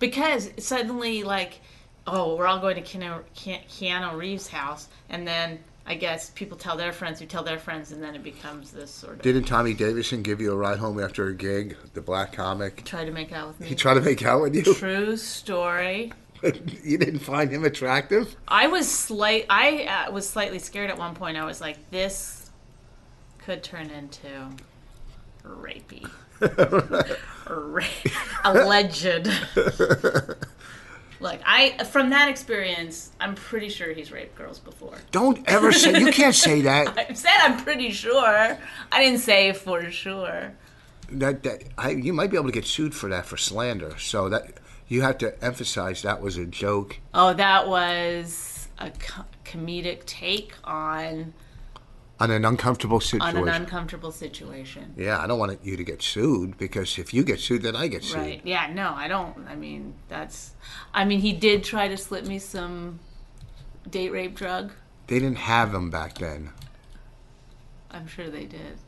because suddenly like, oh, we're all going to Keanu, Ke- Keanu Reeves' house, and then I guess people tell their friends who tell their friends, and then it becomes this sort of
Didn't Tommy Davidson give you a ride home after a gig? The black comic.
try to make out with me.
He tried to make out with you.
True story.
you didn't find him attractive.
I was slight. I uh, was slightly scared at one point. I was like, this could turn into rapey. Ra- Alleged. Look, I from that experience, I'm pretty sure he's raped girls before.
Don't ever say you can't say that.
I said I'm pretty sure. I didn't say for sure.
that that I, you might be able to get sued for that for slander. So that you have to emphasize that was a joke.
Oh, that was a co- comedic take on
On an uncomfortable
on
situation.
an uncomfortable situation.
yeah, I don't want you to get sued because if you get sued, then I get sued.
Right. Yeah. No, I don't. I mean, that's. I mean, he did try to slip me some date rape drug.
They didn't have him back then.
I'm sure they did.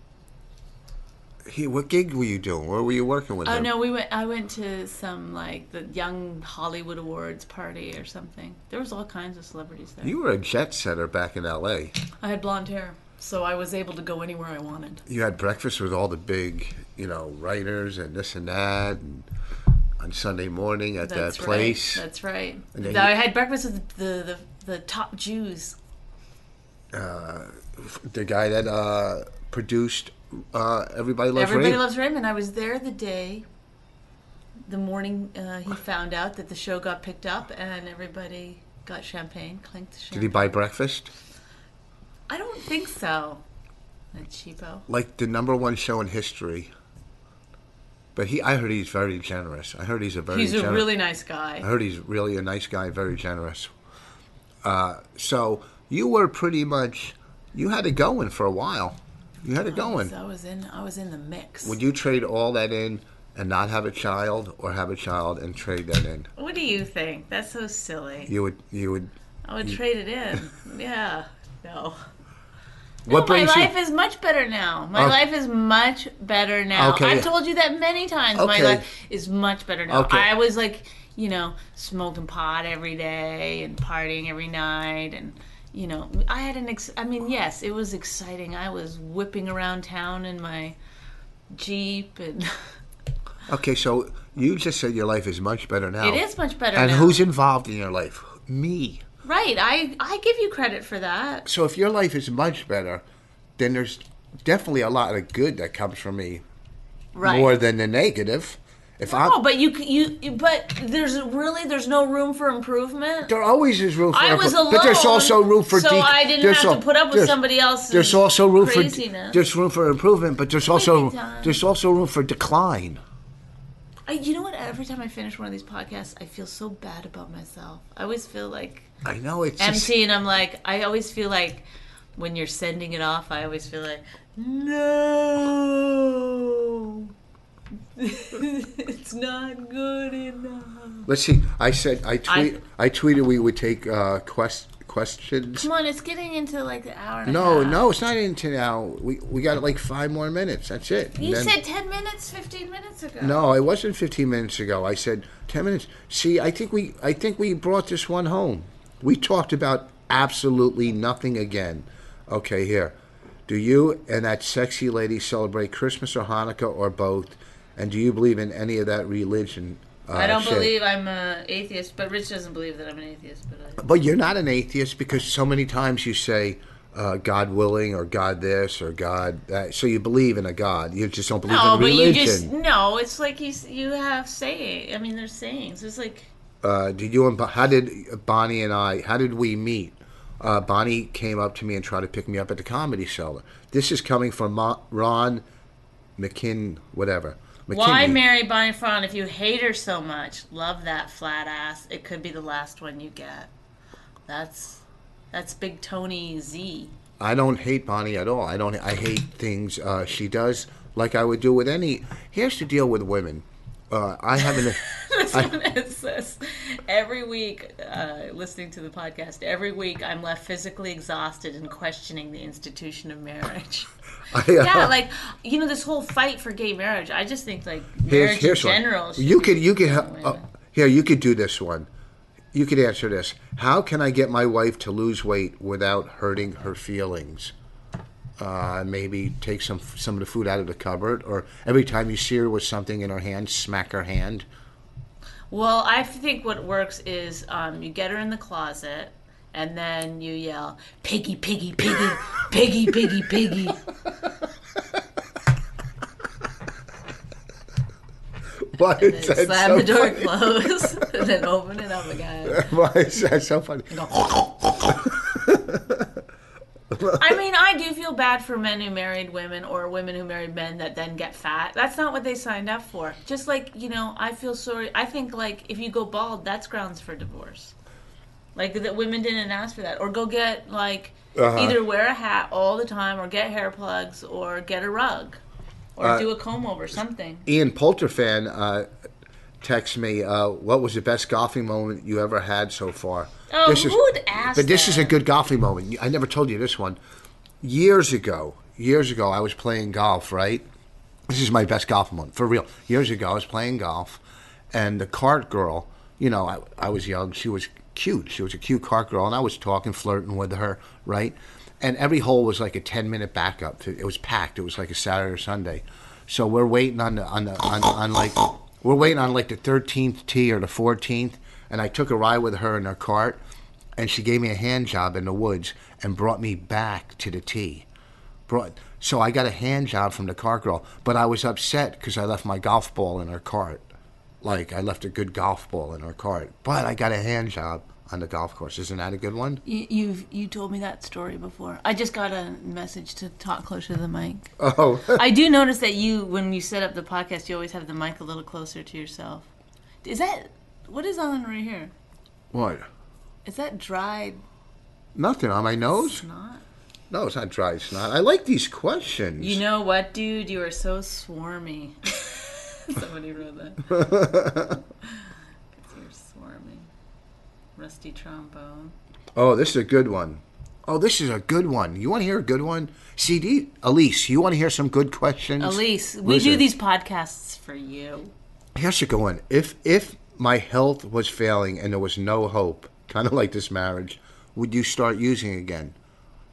He, what gig were you doing? Where were you working with
Oh
him?
no, we went. I went to some like the Young Hollywood Awards party or something. There was all kinds of celebrities there.
You were a jet setter back in L.A.
I had blonde hair, so I was able to go anywhere I wanted.
You had breakfast with all the big, you know, writers and this and that, and on Sunday morning at
That's
that place.
Right. That's right.
then
I
you-
had breakfast with the the, the top Jews.
the guy that uh, produced uh, Everybody Loves
Everybody
Raymond.
loves Raymond. I was there the day, the morning uh, he found out that the show got picked up, and everybody got champagne, clanked the
Did he
champagne.
buy breakfast?
I don't think so. A cheapo.
like the number one show in history. But he, I heard he's very generous. I heard he's a very.
He's a
gener-
really nice
I
guy.
heard he's really a nice guy, very generous. Uh, so you were pretty much, you had it going for a while. You had it going.
Oh, So I was in. I was in the mix.
Would you trade all that in and not have a child, or have a child and trade that in?
what do you think? That's so silly.
You would. You would.
I would trade it in. yeah. No.
What
my
brings
life
you?
is much better now. My
Okay.
life is much better now.
Okay.
I've told you that many times.
Okay.
My life is much better now.
Okay.
I was like, you know, smoking pot every day and partying every night and you know, I had an ex- I mean, yes, it was exciting. I was whipping around town in my Jeep and
Okay, so you just said your life is much better now.
it is much better
And
now.
who's involved in your life? Me.
right, I I give you credit for that.
So if your life is much better, then there's definitely a lot of good that comes from me
Right.
more than the negative. If
oh,
I'm
but you c- you but there's really there's no room for improvement.
there always is room for
I was
effort,
alone.
but there's also room for
so
dec-
I didn't
there's
have
al-
to put up with
there's-
somebody else's
There's also room for
craziness.
there's room for improvement, but there's also
done.
there's also room for decline.
I, you know what? Every time I finish one of these podcasts, I feel so bad about myself. I always feel like
I know it's just-
empty, and I'm like, I always feel like when you're sending it off, I always feel like, no, it's not good enough.
Let's see. I said I tweet. I, tweeted we would take uh, quest questions.
Come on, it's getting into like the hour. And
No,
a half.
no, it's not into now. We we got like five more minutes. That's it. And
You
then-
said ten minutes, fifteen minutes ago.
no. It wasn't 15 minutes ago. I said 10 minutes. See, I think we I think we brought this one home. We talked about absolutely nothing again. Okay, here. Do you and that sexy lady celebrate Christmas or Hanukkah or both? And do you believe in any of that religion? Uh,
I don't
shit?
believe I'm an atheist, but Rich doesn't believe that I'm an atheist. But
But you're not an atheist because so many times you say uh, God willing or God this or God that. So you believe in a God. You just don't believe
I, no,
in
but
religion.
you just no. It's like you s- you have saying. I mean, there's sayings. It's like
uh, did you and Bo- how did Bonnie and I? How did we meet? Uh, Bonnie came up to me and tried to pick me up at the comedy cellar. This is coming from Mo- Ron McKin, whatever. McKinley.
Why marry Bonnie Fawn if you hate her so much? Love that flat ass. It could be the last one you get. That's that's Big Tony Z.
I don't hate Bonnie at all. I don't. I hate things uh, she does, like I would do with any. Here's the deal with women. Uh, I haven't.
It's this. every week, uh, listening to the podcast, every week I'm left physically exhausted and questioning the institution of marriage. yeah,
uh,
like you know this whole fight for gay marriage. I just think like marriage in general. should
You
be-
could you could
wait a
uh,
minute.
here you could do this one. You could answer this. How can I get my wife to lose weight without hurting her feelings? Uh, maybe take some some of the food out of the cupboard, or every time you see her with something in her hand, smack her hand.
Well, I think what works is um, you get her in the closet and then you yell, Piggy, piggy, piggy, piggy, piggy, piggy.
Why is that
Slam
so
the door
funny?
closed and then open it up again.
Why is that so funny?
I mean, I do feel bad for men who married women or women who married men that then get fat. That's not what they signed up for. Just like, you know, I feel sorry. I think, like, if you go bald, that's grounds for divorce. Like, that women didn't ask for that. Or go get, like, either wear a hat all the time or get hair plugs or get a rug or do a comb over, something.
Ian Polterfan uh, texts me, uh, "What was the best golfing moment you ever had so far?"
Oh, who'd ask
But this is
that?
a good golfing moment. I never told you this one. Years ago, years ago, I was playing golf. Right, this is my best golf moment for real. Years ago, I was playing golf, and the cart girl. You know, I, I was young. She was cute. She was a cute cart girl, and I was talking, flirting with her. Right, and every hole was like a ten minute backup. It was packed. It was like a Saturday or Sunday. So we're waiting on the on the on, on like we're waiting on like the thirteenth tee or the fourteenth. And I took a ride with her in her cart, and she gave me a hand job in the woods and brought me back to the tee. Brought so I got a hand job from the cart girl, but I was upset because I left my golf ball in her cart. Like I left a good golf ball in her cart, but I got a hand job on the golf course. Isn't that a good one?
You, you've you told me that story before. I just got a message to talk closer to the mic.
Oh,
I do notice that you, when you set up the podcast, you always have the mic a little closer to yourself. Is that what is on right here?
what?
Is that dried
Nothing on my nose.
snot?
No, it's not dry snot. I like these questions.
You know what, dude? You are so swarmy. Somebody wrote that. 'Cause you're swarmy. Rusty trombone.
oh, this is a good one. Oh, this is a good one. You want to hear a good one? CD Elise, you want to hear some good questions?
Elise, we do
Listen.
these podcasts for you.
Here's a good one. If if my health was failing and there was no hope, kind of like this marriage, would you start using again?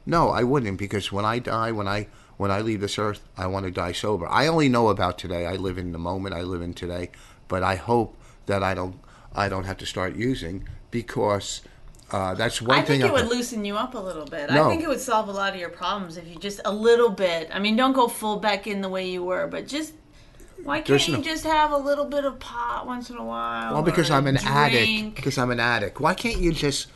No, I wouldn't because when I die, when I when I leave this earth, I want to die sober. I only know about today. I live in the moment. I live in today, but I hope that I don't I don't have to start using because uh, that's one
I
thing.
think it would loosen you up a little bit.
No.
I think it would solve a lot of your problems if you just a little bit. I mean, don't go full back in the way you were, but just why can't
There's
you
no-
just have a little bit of pot once in a while?
Well, Oh, because
or
I'm an
drink?
addict. Because I'm an addict. Why can't you just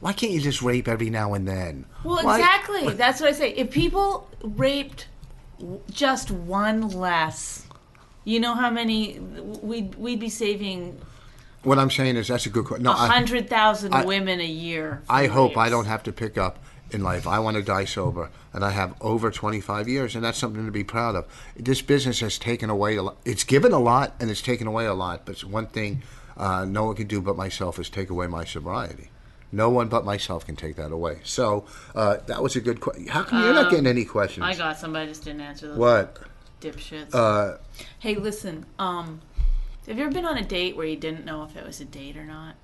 Why can't you just rape every now and then?
Well,
Why-
exactly. That's what I say. If people raped w- just one less, you know how many we'd we'd be saving
What I'm saying is that's a good question. No,
a
I,
hundred thousand
I-
women a year. for
I hope I
rapes.
don't have to pick up in life. I want to die sober, and I have over 25 years, and that's something to be proud of. This business has taken away a lot. It's given a lot, and it's taken away a lot. But it's one thing uh, no one can do but myself is take away my sobriety. No one but myself can take that away. So uh, that was a good question. How come you're not getting any questions?
Um, I got somebody just didn't answer those
what?
dipshits.
Uh,
Hey, listen. Um, have you ever been on a date where you didn't know if it was a date or not?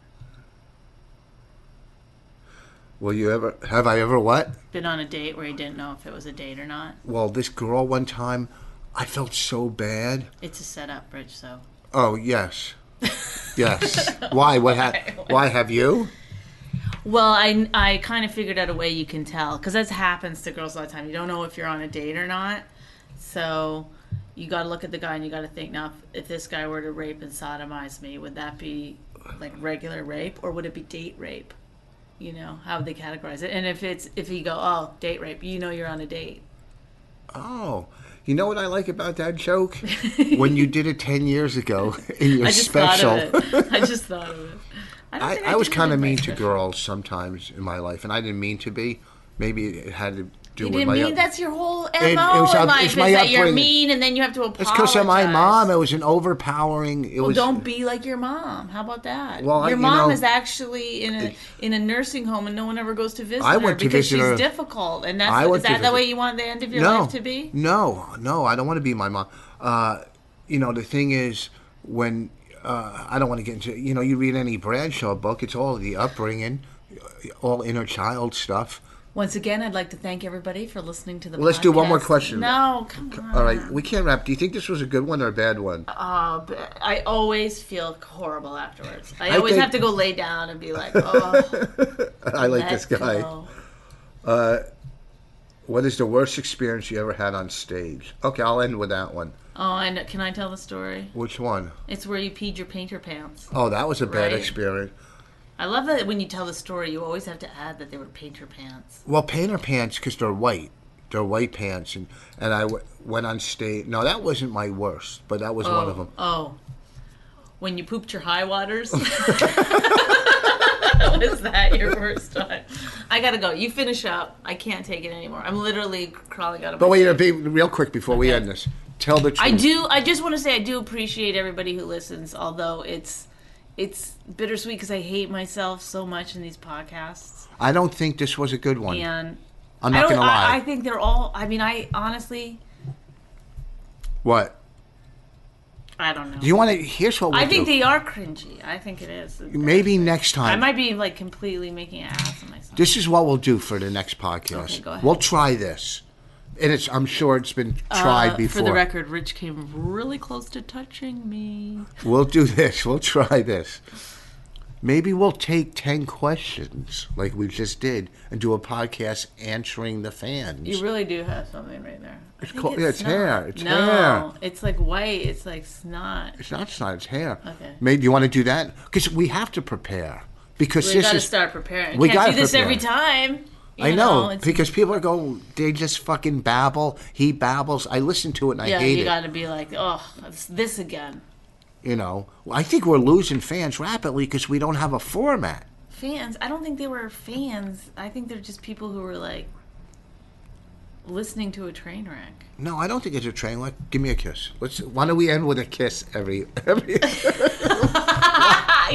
will you ever? Have I ever what?
Been on a date where you didn't know if it was a date or not?
Well, this girl one time, I felt so bad.
It's a setup, Rich. So
Oh yes, yes. Why? What? Ha- why have you?
Well, I, I kind of figured out a way you can tell because that happens to girls a lot of time. You don't know if you're on a date or not, so you got to look at the guy and you got to think now if, if this guy were to rape and sodomize me, would that be like regular rape or would it be date rape? You know how would they categorize it? And if it's if you go oh date rape, you know you're on a date.
Oh, you know what I like about that joke? when you did it 10 years ago in your
I just
special.
thought of it. I just thought of it. don't
I,
think
I was
did
kind of
anything
mean
like
to
that.
girls sometimes in my life, and I didn't mean to be. Maybe it had to do
You
with
didn't
my.
mean
up-
that's your whole mo
it was
in
up-
life
it's
is
my
that you're
upbringing.
mean and then you have to apologize.
it's because of my mom. It was an overpowering. It
Well,
was.
don't be like your mom. How about that?
Well, I-
your
you
mom
know-
is actually in a in a nursing home, and no one ever goes to visit
I
her
went to
because
visit
she's
her.
difficult. And that's
I went
is
to
that the
visit-
way you want the end of your
no,
life to be?
No, no, I don't want to be my mom. Uh, you know, the thing is, when uh, I don't want to get into, you know, you read any Bradshaw book, it's all the upbringing, all inner child stuff.
Once again, I'd like to thank everybody for listening to the.
Well, let's do one more
podcast.
question.
No, come on.
All right, we can't wrap. Do you think this was a good one or a bad one?
Uh, but I always feel horrible afterwards. I,
I
always
think-
have to go lay down and be like, oh,
I like
let's
this guy.
go.
What is the worst experience you ever had on stage? Okay, I'll end with that one.
Oh, I know. Can I tell the story?
Which one?
It's where you peed your painter pants.
Oh, that was a bad
Right.
experience.
I love that when you tell the story, you always have to add that they were painter pants.
Well, painter pants because they're white. They're white pants, and and I w- went on stage. No, that wasn't my worst, but that was one of them.
Oh. When you pooped your high waters? Was that your worst time? I gotta go. You finish up. I can't take it anymore. I'm literally crawling out of my
But wait, uh, be
seat.
real quick before we
Okay.
end this. Tell the truth.
I do. I just want to say I do appreciate everybody who listens. Although it's it's bittersweet because I hate myself so much in these podcasts,
I don't think this was a good one.
and
I'm
I
not
don't.
gonna lie.
I, I think they're all. I mean, I honestly,
what?
I don't know.
Do you want to? Here's what we
I think they are cringy. I think it is.
Maybe next time.
I might be like completely making an ass of myself.
This is what we'll do for the next podcast.
Okay, go ahead. Uh,
We'll try this, and it's—I'm sure it's been tried before.
For the record, Rich came really close to touching me.
We'll do this. We'll try this. Maybe we'll take ten questions like we just did and do a podcast answering the fans.
You really do have something right there. I think
called- yeah, it's
snot.
hair. It's
no,
hair.
it's like white. It's like snot.
it's not snot; it's hair.
Okay.
Maybe you want to do that because we have to prepare. Because
We
this
gotta
is
start preparing.
we
Can't
gotta
do this
prepare.
every time. You
I know,
it's-
because people are going. They just fucking babble. He babbles. I listen to it and I
yeah,
hate
you
it.
gotta be like, oh, it's this again.
you know, I think we're losing fans rapidly because we don't have a format.
Fans. I don't think they were fans. I think they're just people who were like listening to a train wreck.
No, I don't think it's a train wreck. Give me a kiss. Let's. Why don't we end with a kiss every every?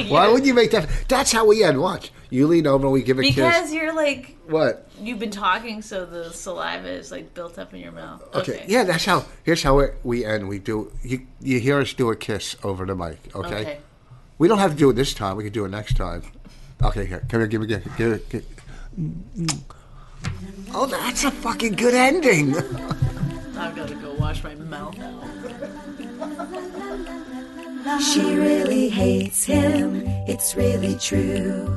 Why would you make that? That's how we end. Watch. You lean over and we give a
Because
kiss.
you're like
What?
You've been talking, so the saliva is like built up in your mouth.
Okay. Yeah, that's how. Here's how it, we end. We do. You you hear us do a kiss over the mic. Okay.
Okay.
We don't have to do it this time. We can do it next time. Okay. Here. Come here. Give me. Give, give, give, Oh, that's a fucking good ending.
I've got to go wash my mouth.
She really hates him, it's really true.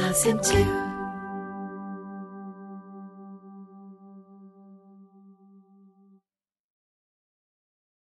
him too.